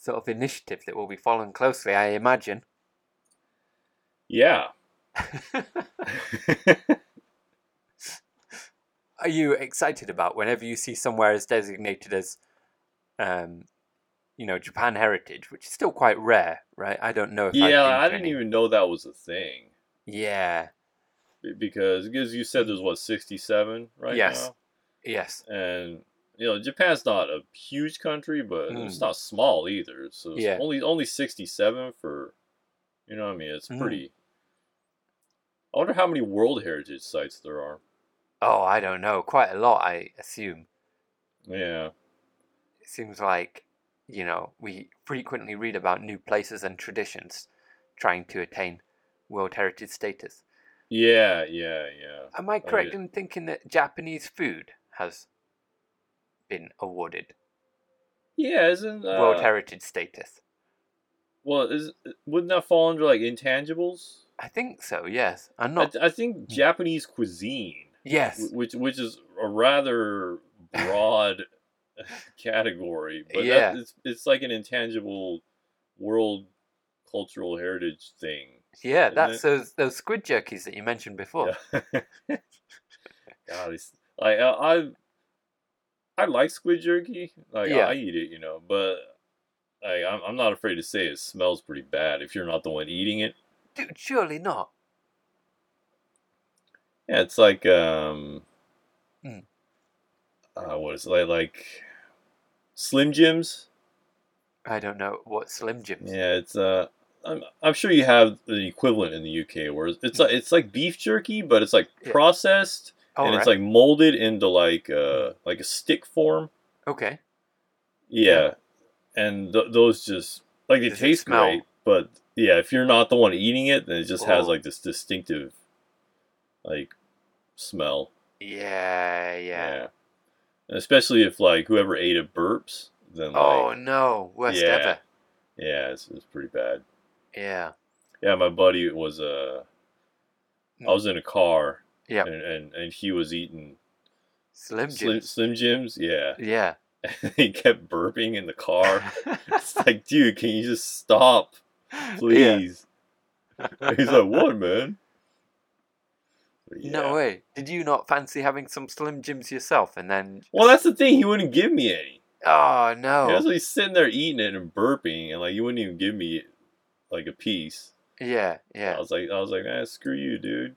sort of initiative that we'll be following closely, I imagine. Yeah. Are you excited about whenever you see somewhere as designated as, um, you know, Japan Heritage, which is still quite rare, right? I don't know if I've yeah, been I to didn't any- even know that was a thing. Yeah. Be- Because, because you said there's what, 67 right Yes. now? Yes. and you know Japan's not a huge country, but Mm. it's not small either. So it's Yeah. only only sixty seven for, you know, what I mean, it's Mm. pretty. I wonder how many World Heritage sites there are. Oh, I don't know. Quite a lot, I assume. Yeah, It seems like, you know, we frequently read about new places and traditions trying to attain World Heritage status. yeah, yeah, yeah. Am I Oh, yeah. correct in thinking that Japanese food has been awarded Yeah, isn't uh, World Heritage status? Well, is wouldn't that fall under like intangibles? I think so, yes. I'm I, not. th- I think Japanese cuisine, yes. wh- which which is a rather broad category, but Yeah. that, it's it's like an intangible world cultural heritage thing. Yeah, Isn't that's it? those those squid jerkies that you mentioned before. Yeah. God, it's like I, I I like squid jerky. Like Yeah. I eat it, you know, but like I'm, I'm not afraid to say it smells pretty bad if you're not the one eating it. Dude, surely not. Yeah, it's like um, Mm. uh, what is it like like Slim Jims? I don't know what Slim Jims. Yeah, it's uh. I'm, I'm sure you have the equivalent in the UK where it's like it's like beef jerky, but it's like Yeah. processed All and right. it's like molded into like uh like a stick form. okay. Yeah, and th- those just like they Does it taste smell? great, but yeah, if you're not the one eating it, then it just has Oh. like this distinctive like smell. Yeah, yeah. And especially if like whoever ate it burps, then like Oh no, worst Yeah. ever. yeah, it's, it's pretty bad. Yeah. Yeah, my buddy was uh, I was in a car, Mm. Yeah. and, and and he was eating Slim Slim Jims. Slim Jims, yeah. Yeah. he kept burping in the car. it's like, dude, can you just stop? Yeah. please. He's like, what, man? But yeah. No way. Did you not fancy having some Slim Jims yourself and then Well, that's the thing. He wouldn't give me any. Oh Oh. no. That's he's sitting there eating it and burping, and like he wouldn't even give me like a piece. Yeah, I yeah. was like, I was like, ah, screw you, dude.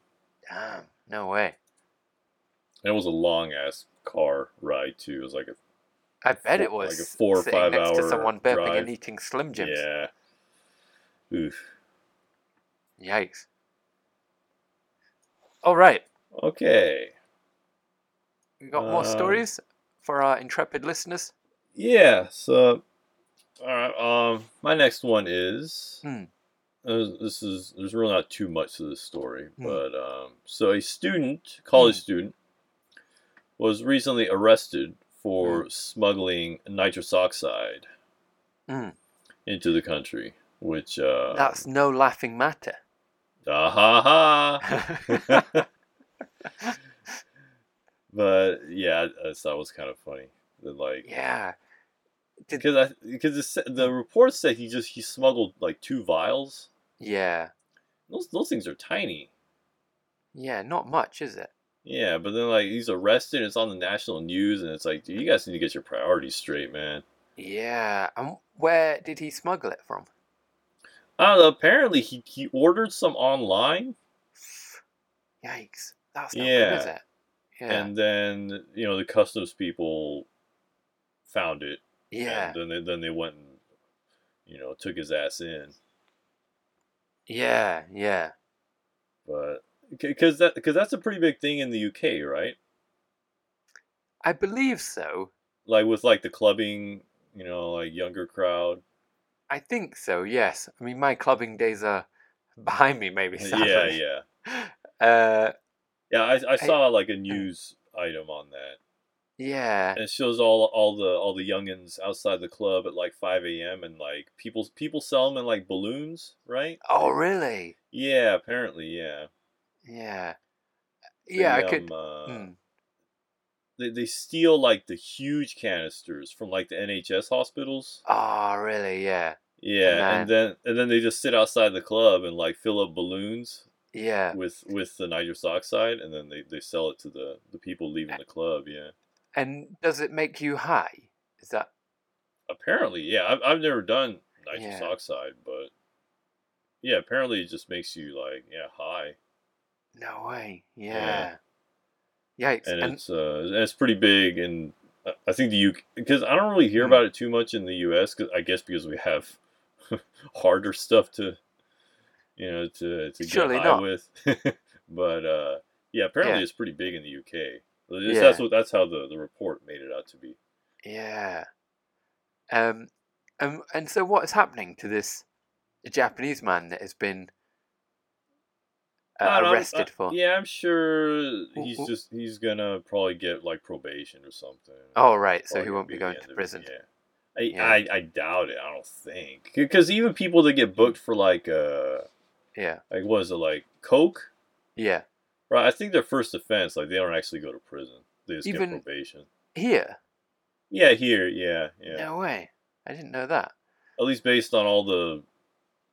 Damn. No way. And it was a long ass car ride too. It was like a I bet four- it was like a four or sitting five next to hour someone burping drive. and eating Slim Jims. yeah. Oof. Yikes. All right. Okay. We got more Um, stories for our intrepid listeners. Yeah. So, all right. Um, my next one is. Hmm. uh, This is there's really not too much to this story, Hmm. but um, so a student, college Hmm. student, was recently arrested for smuggling nitrous oxide Hmm. into the country, which uh, That's no laughing matter. ah, ha ha. But yeah, I just thought it was kind of funny that like yeah. because I because the, the report said he just he smuggled like two vials. Yeah. Those those things are tiny. Yeah, not much, is it? Yeah, but then like he's arrested, it's on the national news, and it's like, dude, you guys need to get your priorities straight, man. Yeah. And where did he smuggle it from? I don't know. Apparently, he, he ordered some online, Yikes. That's not good, Yeah. is it? Yeah. and then you know the customs people found it, yeah. and then they, then they went and you know took his ass in, Yeah. Yeah. but because that because that's a pretty big thing in the UK, right? I believe so. Like with like the clubbing, you know, like younger crowd. I think so, yes. I mean, my clubbing days are behind me, maybe. Uh, Yeah, yeah, yeah. Uh, yeah. I, I saw like a news item on that. yeah. And it shows all all the all the youngins outside the club at like 5 a.m. and like people people sell them in like balloons, right? Oh, really? Yeah, apparently, yeah. Yeah. They, yeah, I um, could. uh, hmm. they, they steal like the huge canisters from like the NHS hospitals. Oh, really? Yeah. Yeah, and then and then they just sit outside the club and like fill up balloons Yeah. with with the nitrous oxide, and then they, they sell it to the the people leaving the club. Yeah, And does it make you high? Is that. apparently, yeah. I've I've never done nitrous Yeah. oxide, but yeah, apparently it just makes you like yeah high, No way. Yeah. Yeah. Yikes. and, And, it's uh and it's pretty big, and I- I think the UK because I don't really hear Hmm. about it too much in the US, 'cause- I guess because we have harder stuff to you know to to Surely get high not. with, but uh yeah, apparently Yeah. it's pretty big in the UK. At least Yeah. That's what that's how the the report made it out to be. yeah. Um, um, and so what is happening to this Japanese man that has been I uh, don't- arrested I- for? Yeah, I'm sure he's wh- just he's gonna probably get like probation or something. Oh, right. So Probably he gonna won't be the going end to of it, prison. Yeah. I, Yeah. I I doubt it. I don't think because even people that get booked for like uh Yeah. like what is it like coke Yeah. right? I think their first offense like they don't actually go to prison. They just Even- get probation. here? Yeah, here, yeah, yeah. No way. I didn't know that. At least based on all the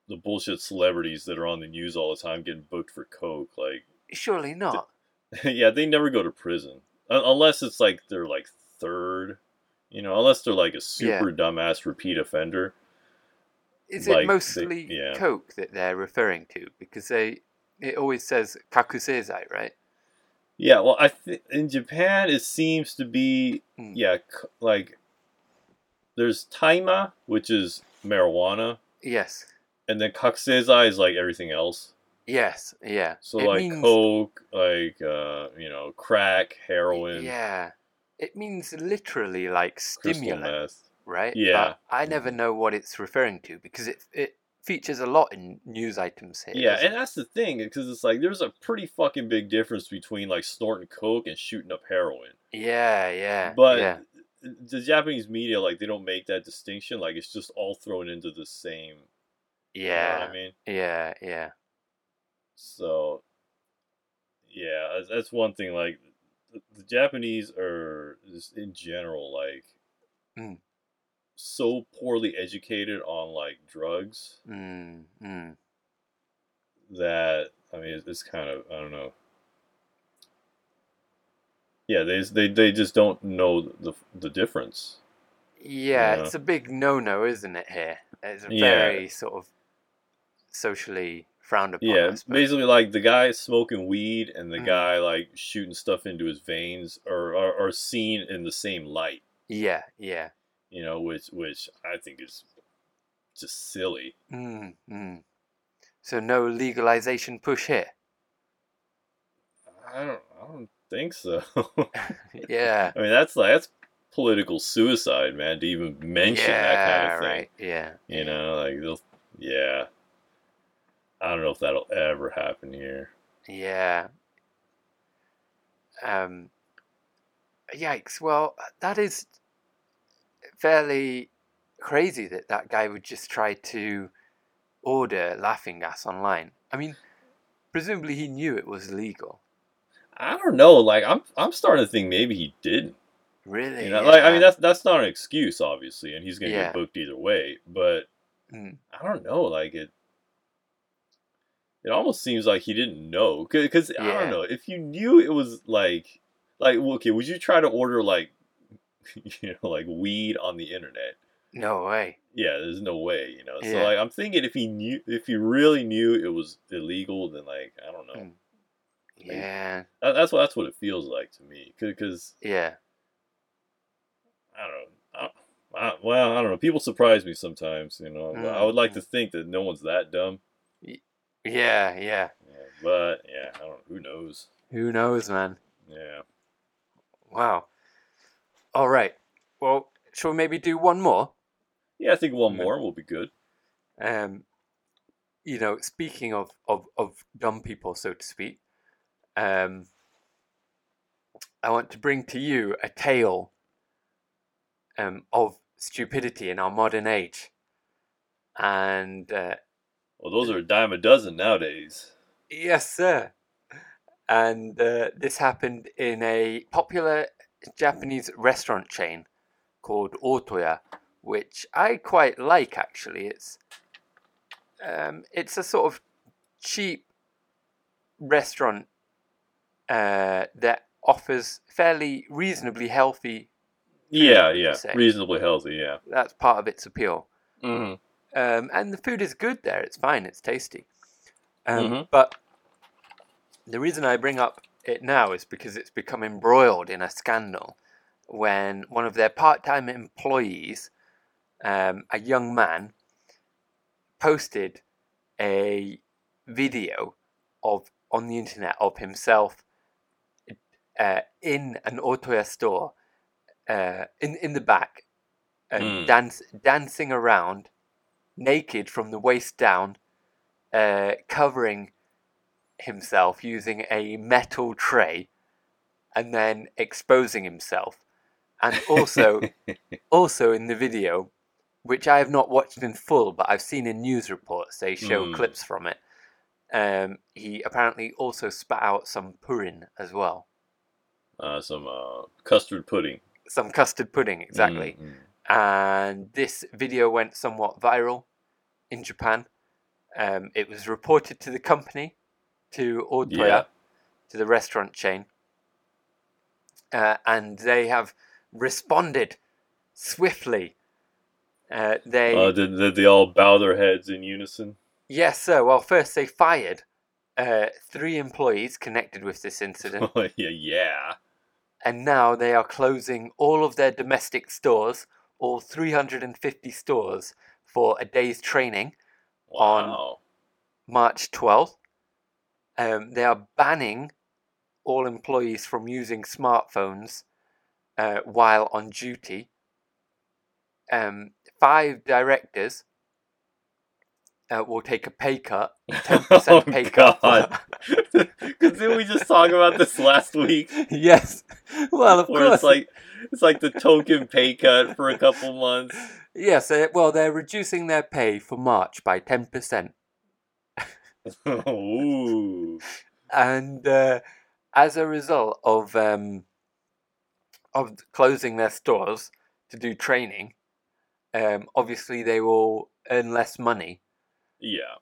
the bullshit celebrities that are on the news all the time getting booked for coke, like Surely not. yeah, they never go to prison Un- unless it's like they're like third, you know, unless they're like a super dumbass repeat offender. Is like, it they- mostly yeah. coke that they're referring to? Because they it always says kakusezai, right? Yeah, well, I th- in Japan it seems to be Mm. yeah, c- like there's taima, which is marijuana, Yes. and then kakusei is like everything else. Yes. Yeah. So It like means- coke, like uh, you know, crack, heroin, Yeah. It means literally like crystal stimulant, meth. right? Yeah. But I never know what it's referring to because it it features a lot in news items here. Yeah, doesn't and that's the thing because it's like there's a pretty fucking big difference between like snorting coke and shooting up heroin. it? yeah, yeah. But yeah. the Japanese media like they don't make that distinction. Like it's just all thrown into the same. You Yeah. know what I mean. Yeah, yeah. So, yeah, that's- that's one thing. Like, the, the Japanese are just in general like Mm. so poorly educated on like drugs Mm, mm. that I mean, it's, it's kind of I don't know. Yeah, they just- they they just don't know the the difference. Yeah, Yeah. it's a big no-no, isn't it? Here, it's a Yeah. very sort of socially frowned upon. Yeah, I suppose. basically like the guy smoking weed and the Mm. guy like shooting stuff into his veins are, are are seen in the same light. yeah, yeah. you know, which which I think is just silly. Mm, mm. So no legalization push here. I don't I don't think so. Yeah, I mean, that's like that's political suicide, man. To even mention that kind of thing, right. Yeah, you know, like they'll, yeah. I don't know if that'll ever happen here. yeah. Um, yikes! Well, that is fairly crazy that that guy would just try to order laughing gas online. I mean, presumably he knew it was legal. I don't know. Like I'm I'm starting to think maybe he didn't. Really? You know, like I mean that's that's not an excuse, obviously, and he's gonna Yeah. get booked either way. But Mm. I don't know. Like it, it almost seems like he didn't know because I Yeah. don't know if you knew it was like, like well, okay, would you try to order like, you know, like weed on the internet? no way. Yeah, there's no way, you know. So Yeah. like, I'm thinking if he knew, if he really knew it was illegal, then like, I don't know. Mm. Yeah, That, that's what that's what it feels like to me because yeah, I don't know. I, I, well, I don't know. People surprise me sometimes, you know. Mm, I would like mm. to think that no one's that dumb, yeah, yeah. yeah, but yeah, I don't. Who knows? Who knows, man? Yeah. Wow. All right. Well, shall we maybe do one more? Yeah, I think one Mm. more will be good. Um, you know, speaking of of of dumb people, so to speak, um, I want to bring to you a tale, um, of stupidity in our modern age, and. Uh, Well, those are a dime a dozen nowadays. Yes, sir. And uh, this happened in a popular Japanese restaurant chain called Otoya, which I quite like actually. It's um, it's a sort of cheap restaurant uh, that offers fairly reasonably healthy. Yeah, yeah, say. reasonably healthy. Yeah. That's part of its appeal. Mm-hmm. Um, and the food is good there. It's fine. It's tasty. Um, Mhm. But the reason I bring up it now is because it's become embroiled in a scandal when one of their part-time employees, um, a young man, posted a video of on the internet of himself uh, in an Otoya store uh, in in the back, uh, Mm. dance dancing around, naked from the waist down, uh, covering himself using a metal tray, and then exposing himself, and also also in the video, which I have not watched in full, but I've seen in news reports they show Mm. clips from it. Um, he apparently also spat out some purin as well. Uh, some uh, custard pudding. some custard pudding, exactly. Mm, and this video went somewhat viral in Japan. Um, it was reported to the company, to mm. Odoya, Yeah. to the restaurant chain, uh, and they have responded swiftly. Uh, they Uh, did, did they all bow their heads in unison? yes, sir. Well, first they fired uh, three employees connected with this incident, yeah, yeah. and now they are closing all of their domestic stores, all 350 stores, for a day's training. On- Wow. March 12th. Um, they are banning all employees from using smartphones uh, while on duty. Um, five directors uh, will take a pay cut, 10% oh, pay God. cut. Because didn't we just talk about this last week? yes. Well, of Where course. it's like it's like the token pay cut for a couple months. yes. Uh, well, they're reducing their pay for March by 10%. Ooh. and uh, as a result of um, of closing their stores to do training, um, obviously they will earn less money. Yeah.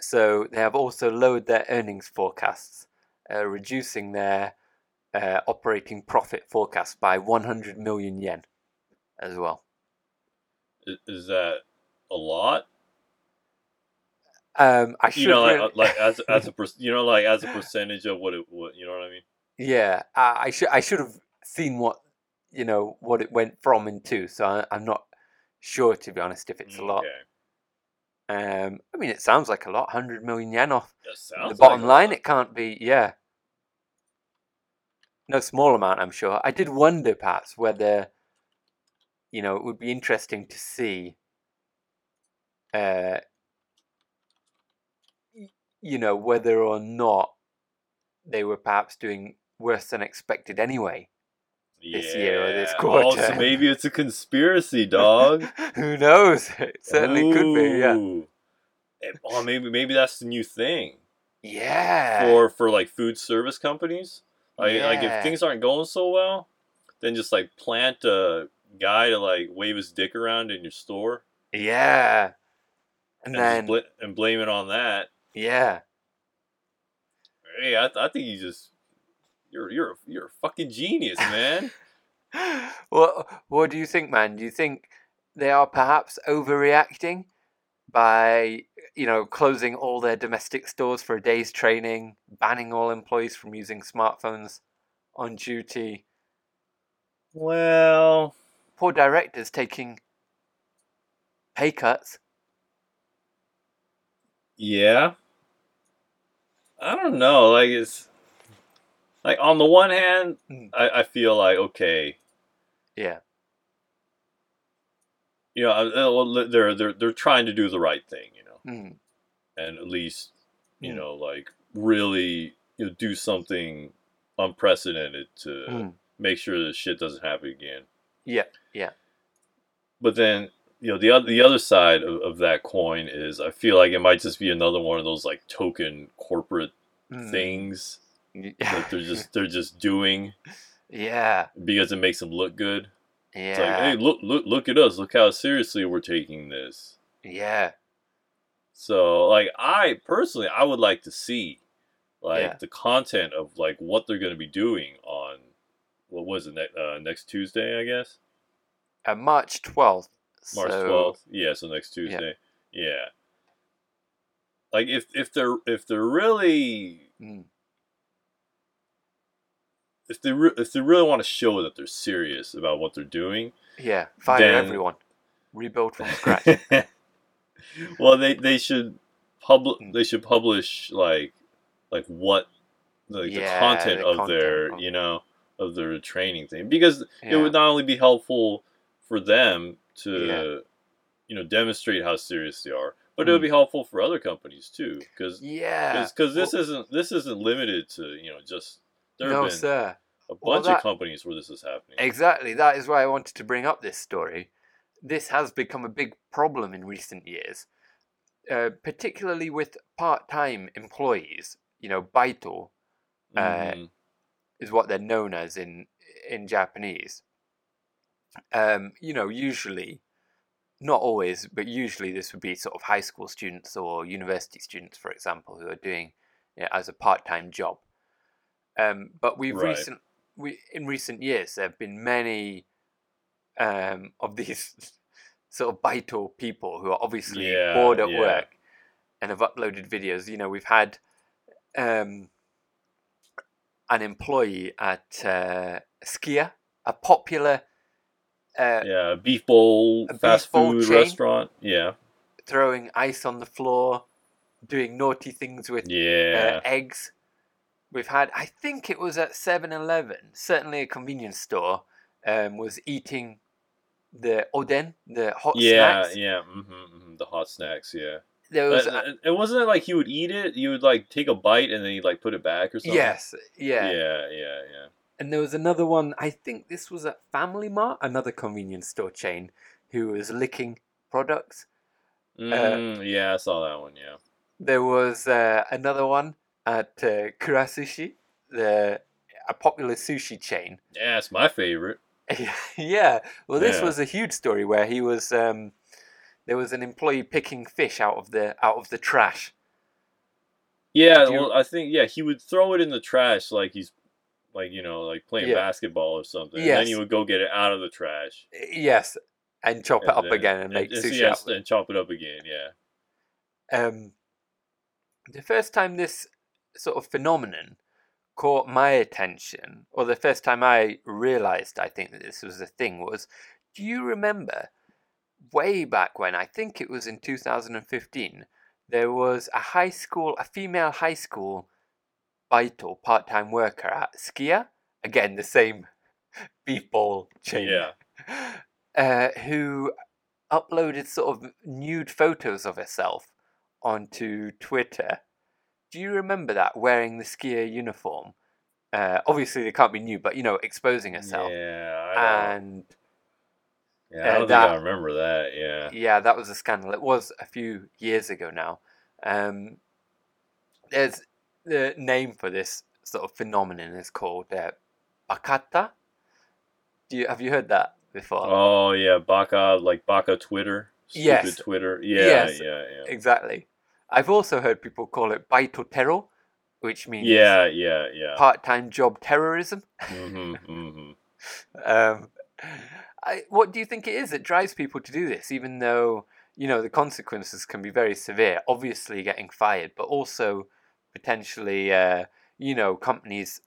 So they have also lowered their earnings forecasts, uh, reducing their uh, operating profit forecast by 100 million yen, as well. I- Is that a lot? Um, I should You know, uh, really- like, like as as a per- you know, like as a percentage of what it what you know what I mean? Yeah, I, I should I should have seen what you know what it went from and to. So I, I'm not sure to be honest if it's a lot. Okay. Um, I mean, it sounds like a lot. Hundred million yen off That sounds the bottom like a line. lot. It can't be. Yeah, no small amount. I'm sure. I did wonder perhaps whether you know it would be interesting to see. Uh, y- you know whether or not they were perhaps doing worse than expected anyway. this year or this Yeah. quarter. Oh, so maybe it's a conspiracy, dog. Who knows? It certainly could be. Yeah. Ooh. Eh, Oh, maybe maybe that's the new thing Yeah. Oh. for for like food service companies. Like, like Yeah. if things aren't going so well, then just like plant a guy to like wave his dick around in your store yeah. and And just then bl- and blame it on that. yeah. Hey, I, I think you just you're you're a, you're a fucking genius, man. What What do you think, man? Do you think they are perhaps overreacting by you know closing all their domestic stores for a day's training, banning all employees from using smartphones on duty? well, Poor directors taking pay cuts. yeah. I don't know. Like it's like on the one hand, Mm. I, I feel like okay, Yeah. you know, I- I- well, they're they're they're trying to do the right thing, you know, Mm. and at least you Mm. know like really you know, do something unprecedented to Mm. make sure this shit doesn't happen again. Yeah. Yeah. but then you know the other the other side of, of that coin is I feel like it might just be another one of those like token corporate Mm. things Y- that they're just they're just doing yeah, because it makes them look good. yeah, It's like hey look look look at us look how seriously we're taking this. yeah, So like I personally I would like to see like Yeah. the content of like what they're going to be doing on what was it ne- uh, next Tuesday I guess. uh, March twelfth. March twelfth. Yeah, so next Tuesday. Yeah. Like if if they're if they're really Mm, if they re- if they really want to show that they're serious about what they're doing, yeah, fire Then- everyone, rebuild from scratch. well, they they should public Mm. they should publish like like what like Yeah, the content the of content their of- you know of their training thing because it Yeah. would not only be helpful for them to Yeah. you know demonstrate how serious they are but it would Mm. be helpful for other companies too because yeah, because this isn't this isn't limited to you know just there have no, been sir, a bunch Well, of that- companies where this is happening exactly. That is why I wanted to bring up this story. This has become a big problem in recent years, uh, particularly with part-time employees. You know, baito uh, Mhm. is what they're known as in in Japanese. um, you know, usually, not always, but usually this would be sort of high school students or university students, for example, who are doing it as a part-time job. Um, but we've Right. recent, we in recent years there have been many um, of these sort of vital people who are obviously Yeah, bored at yeah. work and have uploaded videos. You know, we've had um, an employee at uh, Skia, a popular uh, Yeah, beef bowl, A fast beef bowl food chain? restaurant. Yeah, throwing ice on the floor, doing naughty things with yeah, uh, eggs. We've had, I think it was at 7 Eleven, certainly a convenience store, um, was eating the oden, the hot yeah, snacks. yeah. Mm-hmm, hmm the hot snacks. Yeah, There was, But, uh, it wasn't like you would eat it. You would like take a bite and then you would like put it back or something. yes, yeah. yeah, yeah, yeah. And there was another one, I think this was at Family Mart, another convenience store chain, who was licking products. Uh-huh. Mm, yeah, I saw that one. Yeah, There was uh, another one at uh, Kurasushi, the, a popular sushi chain. yeah, it's my favorite. yeah. Well, this Yeah. was a huge story where he was. Um, there was an employee picking fish out of the out of the trash. Yeah, Do you- well, I think yeah he would throw it in the trash like he's like you know like playing Yeah. basketball or something. And then Yes. he would go get it out of the trash. Yes, and chop it and up then- again and make and- sushi. yeah, out of it. and chop it up again. Yeah. Um, the first time this sort of phenomenon caught my attention, or the first time I realized, I think that this was a thing, was do you remember way back when? I think it was in 2015. There was a high school, a female high school vital part time worker at Skia, again, the same beefball chain, Yeah. uh, who uploaded sort of nude photos of herself onto Twitter. Do you remember that wearing the skier uniform? Uh, obviously, they can't be nude, but you know, exposing herself. Yeah. I don't, And uh, yeah, I don't and think I that- remember that. Yeah. yeah, that was a scandal. It was a few years ago now. Um, there's the name for this sort of phenomenon is called uh, bakata. Do you have you heard that before? Oh yeah, Baka like Baka Twitter. Stupid Yes. Twitter. Yeah, Yes. yeah, yeah. Exactly. I've also heard people call it baitotero, which means Yeah, yeah, yeah. part-time job terrorism. hmm hmm Um, I, what do you think it is that drives people to do this, even though you know the consequences can be very severe? Obviously, getting fired, but also potentially, uh, you know, companies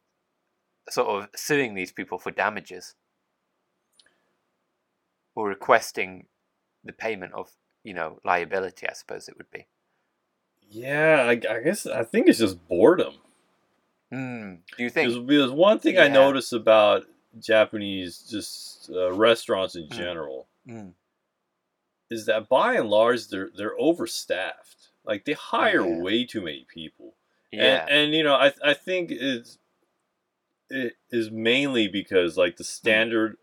sort of suing these people for damages or requesting the payment of you know liability. I suppose it would be. Yeah, I, I guess I think it's just boredom. Hmm. do you think? Because because one thing I Yeah. notice about Japanese just uh, restaurants in Mm. general Mm. is that by and large they're they're overstaffed. Like they hire Yeah. way too many people. Yeah. And, and you know, I I think it's it is mainly because like the Mm. standard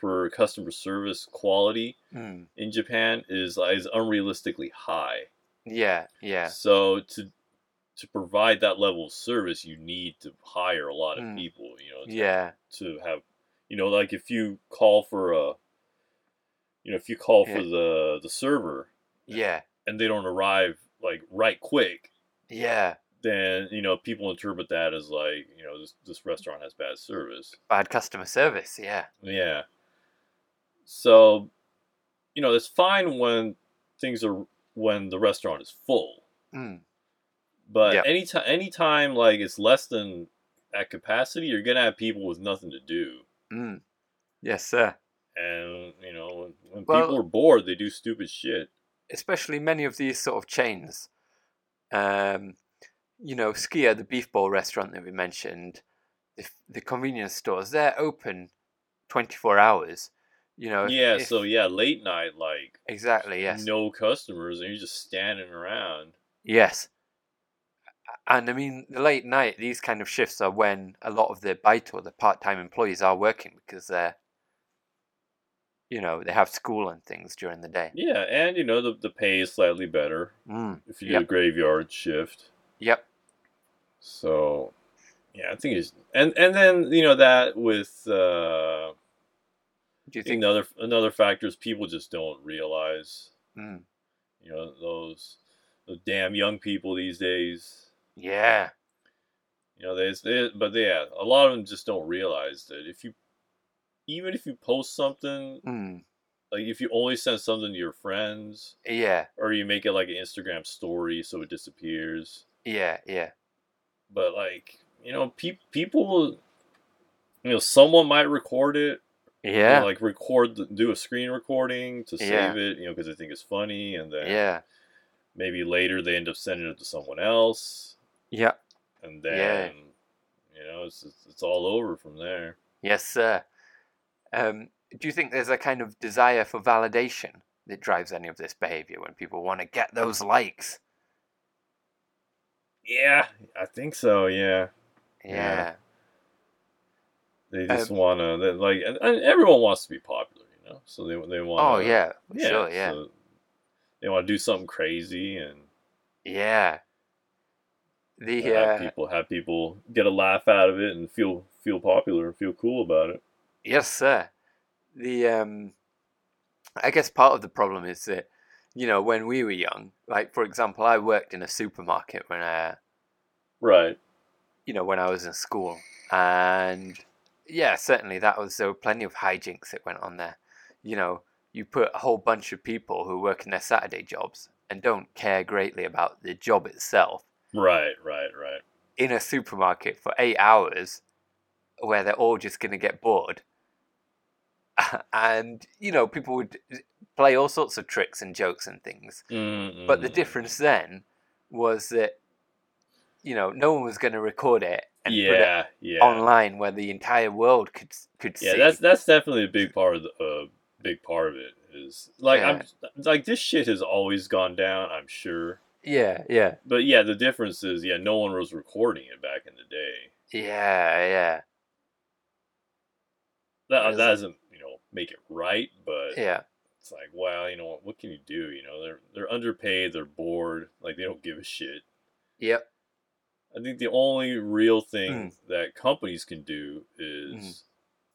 for customer service quality Mm. in Japan is uh, is unrealistically high. yeah. Yeah. So to to provide that level of service, you need to hire a lot of Mm. people. You know, to, Yeah. to have, you know, like if you call for a, you know, if you call for Yeah. the the server Yeah. and they don't arrive like right quick, Yeah. then you know people interpret that as like you know this this restaurant has bad service. Bad customer service. Yeah. Yeah. So, you know, it's fine when things are when the restaurant is full. Mm. But Yep. anytime, anytime like it's less than at capacity, you're gonna have people with nothing to do, Mm. Yes, sir. and you know when, when Well- people are bored, they do stupid shit. Especially many of these sort of chains. Um, you know, Skia, the beef ball restaurant that we mentioned, the, f- the convenience stores, they're open 24 hours. You know, if- yeah, if- so yeah, late night like exactly, Uh, yes. no customers, and you're just standing around. Yes. And I mean, the late night, these kind of shifts are when a lot of the Baito, the part time employees, are working because they're, you know, they have school and things during the day. Yeah, and you know the the pay is slightly better Mm. if you do a Yep. graveyard shift. Yep. So yeah, I think it's and and then you know that with uh Do you I think think? another another factor is people just don't realize. Mm, You know those those damn young people these days. yeah. You know they, they but yeah, a lot of them just don't realize that if you even if you post something Mm, like if you only send something to your friends yeah. or you make it like an Instagram story so it disappears. Yeah. Yeah. But like you know pe- people. You know, someone might record it Yeah. Or, like record the, do a screen recording to save Yeah. it you know because they think it's funny and then yeah. maybe later they end up sending it to someone else Yeah. and then Yeah. you know it's, it's it's all over from there Yes, sir. Um, do you think there's a kind of desire for validation that drives any of this behavior when people want to get those likes? yeah i think so yeah Yeah. Yeah. they just Um, want to like and, and everyone wants to be popular you know so they, they want Oh, yeah. Sure, yeah. they want to do something crazy and Yeah. The have uh, people have people get a laugh out of it and feel feel popular and feel cool about it yes, sir. The um, I guess part of the problem is that you know when we were young, like for example, I worked in a supermarket when I right you know when I was in school, and yeah, certainly that was there were plenty of hijinks that went on there. You know, you put a whole bunch of people who work in their Saturday jobs and don't care greatly about the job itself right right right in a supermarket for eight hours, where they're all just going to get bored. and you know, people would play all sorts of tricks and jokes and things. Mm, But the mm. difference then was that, you know, no one was going to record it and put it yeah, yeah, online where the entire world could could yeah. see. That's that's definitely a big part of the uh, big part of it is like I'm like this shit has always gone down. I'm sure, yeah, yeah, but yeah, the difference is yeah, no one was recording it back in the day. yeah, yeah, That Yes. that doesn't you know make it right, but yeah, it's like wow, you know what? What can you do? You know they're they're underpaid, they're bored, like they don't give a shit. yep, I think the only real thing that companies can do is, Mm.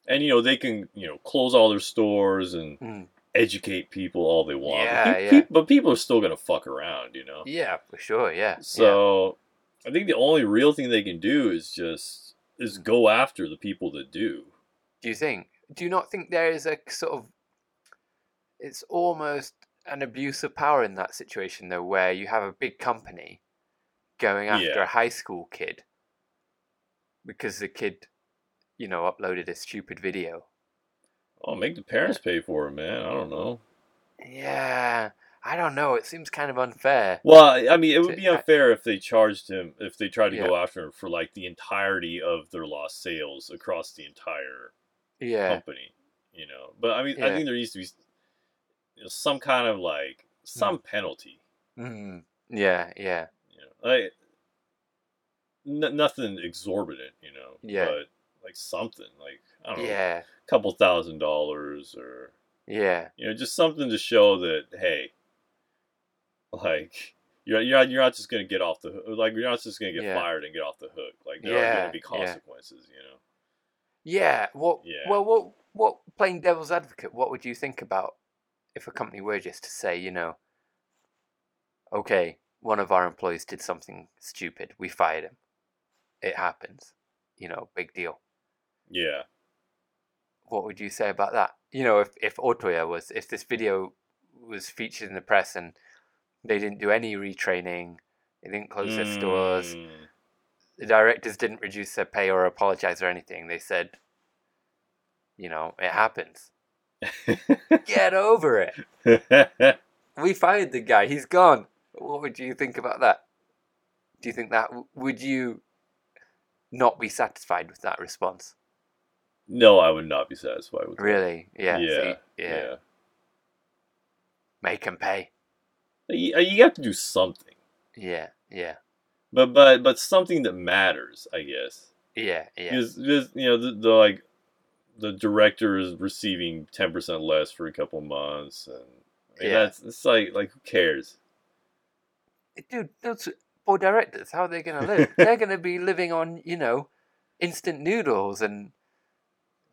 and you know, they can you know close all their stores and Mm. educate people all they want. Yeah, but, pe- yeah. pe- but people are still gonna fuck around, you know. yeah, for sure, yeah. yeah. So I think the only real thing they can do is just is go after the people that do. do you think? Do you not think there is a sort of? It's almost an abuse of power in that situation though, where you have a big company going after Yeah. a high school kid because the kid, you know, uploaded a stupid video Oh, make the parents pay for it, man. I don't know. Yeah, I don't know. It seems kind of unfair. Well, I- I mean, it would be I- unfair if they charged him if they tried to go after him for like the entirety of their lost sales across the entire Yeah, company, you know. But I mean, I Yeah. think there needs to be you know, some kind of like Hmm. some penalty, mm, yeah, yeah, you know, like n- nothing exorbitant, you know. Yeah. But like something, like I don't know, a yeah, couple thousand dollars, or yeah, you know, just something to show that hey, like. You're, you're, not- you're not just gonna get off the hoo- like you're not just gonna get Yeah. fired and get off the hook like there are Yeah, gonna be yeah. consequences you know yeah. What? Yeah. Well, what? What? Playing devil's advocate, what would you think about if a company were just to say, you know, okay, one of our employees did something stupid, we fired him. It happens, you know, big deal. yeah What would you say about that? You know, if if Autoya was, if this video was featured in the press and they didn't do any retraining, they didn't close their stores. Mm. the directors didn't reduce their pay or apologize or anything. They said, you know, it happens. Get over it. Mm. We fired the guy. He's gone. What would you think about that? Do you think that would you not be satisfied with that response? no, I would not be satisfied with that. Really? Yeah. so you- Yeah, yeah. Make him pay. You, uh, you have to do something, Yeah. Yeah. but but but something that matters, I guess. Yeah. Yeah. Because because, you know the, the like the director is receiving ten percent less for a couple months, and I mean, Yeah. that's it's like like who cares? Dude, those poor directors, how are they going to live? They're going to be living on, you know, instant noodles and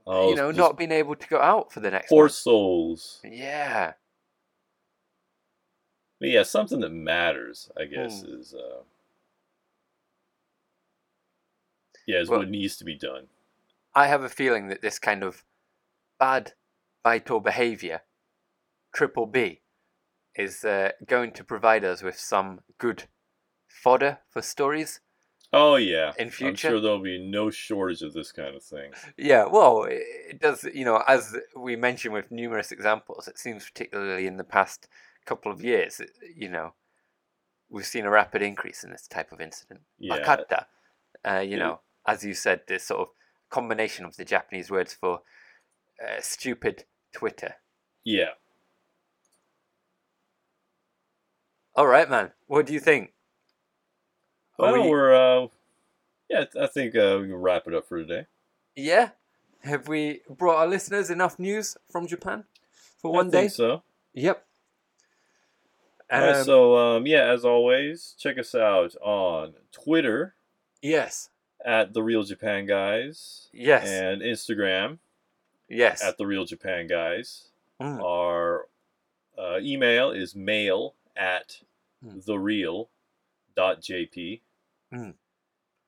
Oh, you know, just not being able to go out for the next poor month. souls. Yeah. But yeah, something that matters, I guess, Hmm. is uh, yeah, is Well- what needs to be done. I have a feeling that this kind of bad vital behavior, triple B, is uh, going to provide us with some good fodder for stories Oh yeah, in I'm future. sure there'll be no shortage of this kind of thing. Yeah, well, it it does, you know, as we mentioned with numerous examples, it seems particularly in the past couple of years, it- you know, we've seen a rapid increase in this type of incident. Yeah, Akata, uh, you Yeah. know, as you said, this sort of combination of the Japanese words for uh, stupid Twitter. yeah. All right, man, what do you think? Are Well, we- we... are uh, yeah, I think uh, we can wrap it up for today. yeah, have we brought our listeners enough news from Japan for I one think day? so. Yep. Um, All right, so um, yeah, as always, check us out on Twitter yes, at the Real Japan Guys yes, and Instagram yes. at the Real Japan Guys. Mm. Our uh, email is mail at Mm. thereal.jp. Mm.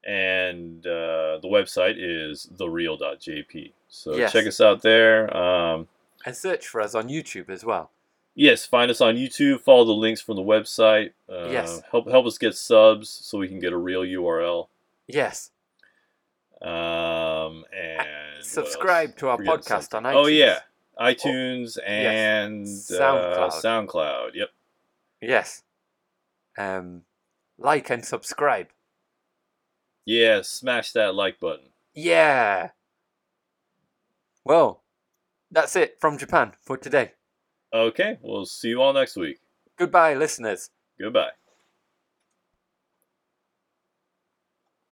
And uh, the website is thereal.jp. So Yes. check us out there. Um, and search for us on YouTube as well. yes, find us on YouTube. Follow the links from the website. Uh, Yes. Help, help us get subs so we can get a real URL. Yes, Um, and subscribe to our podcast on iTunes. Oh, yeah. iTunes and uh, SoundCloud. SoundCloud. Yep. Yes. Um, like and subscribe. Yeah, smash that like button. Yeah. Well, that's it from Japan for today. Okay, we'll see you all next week. Goodbye, listeners. Goodbye.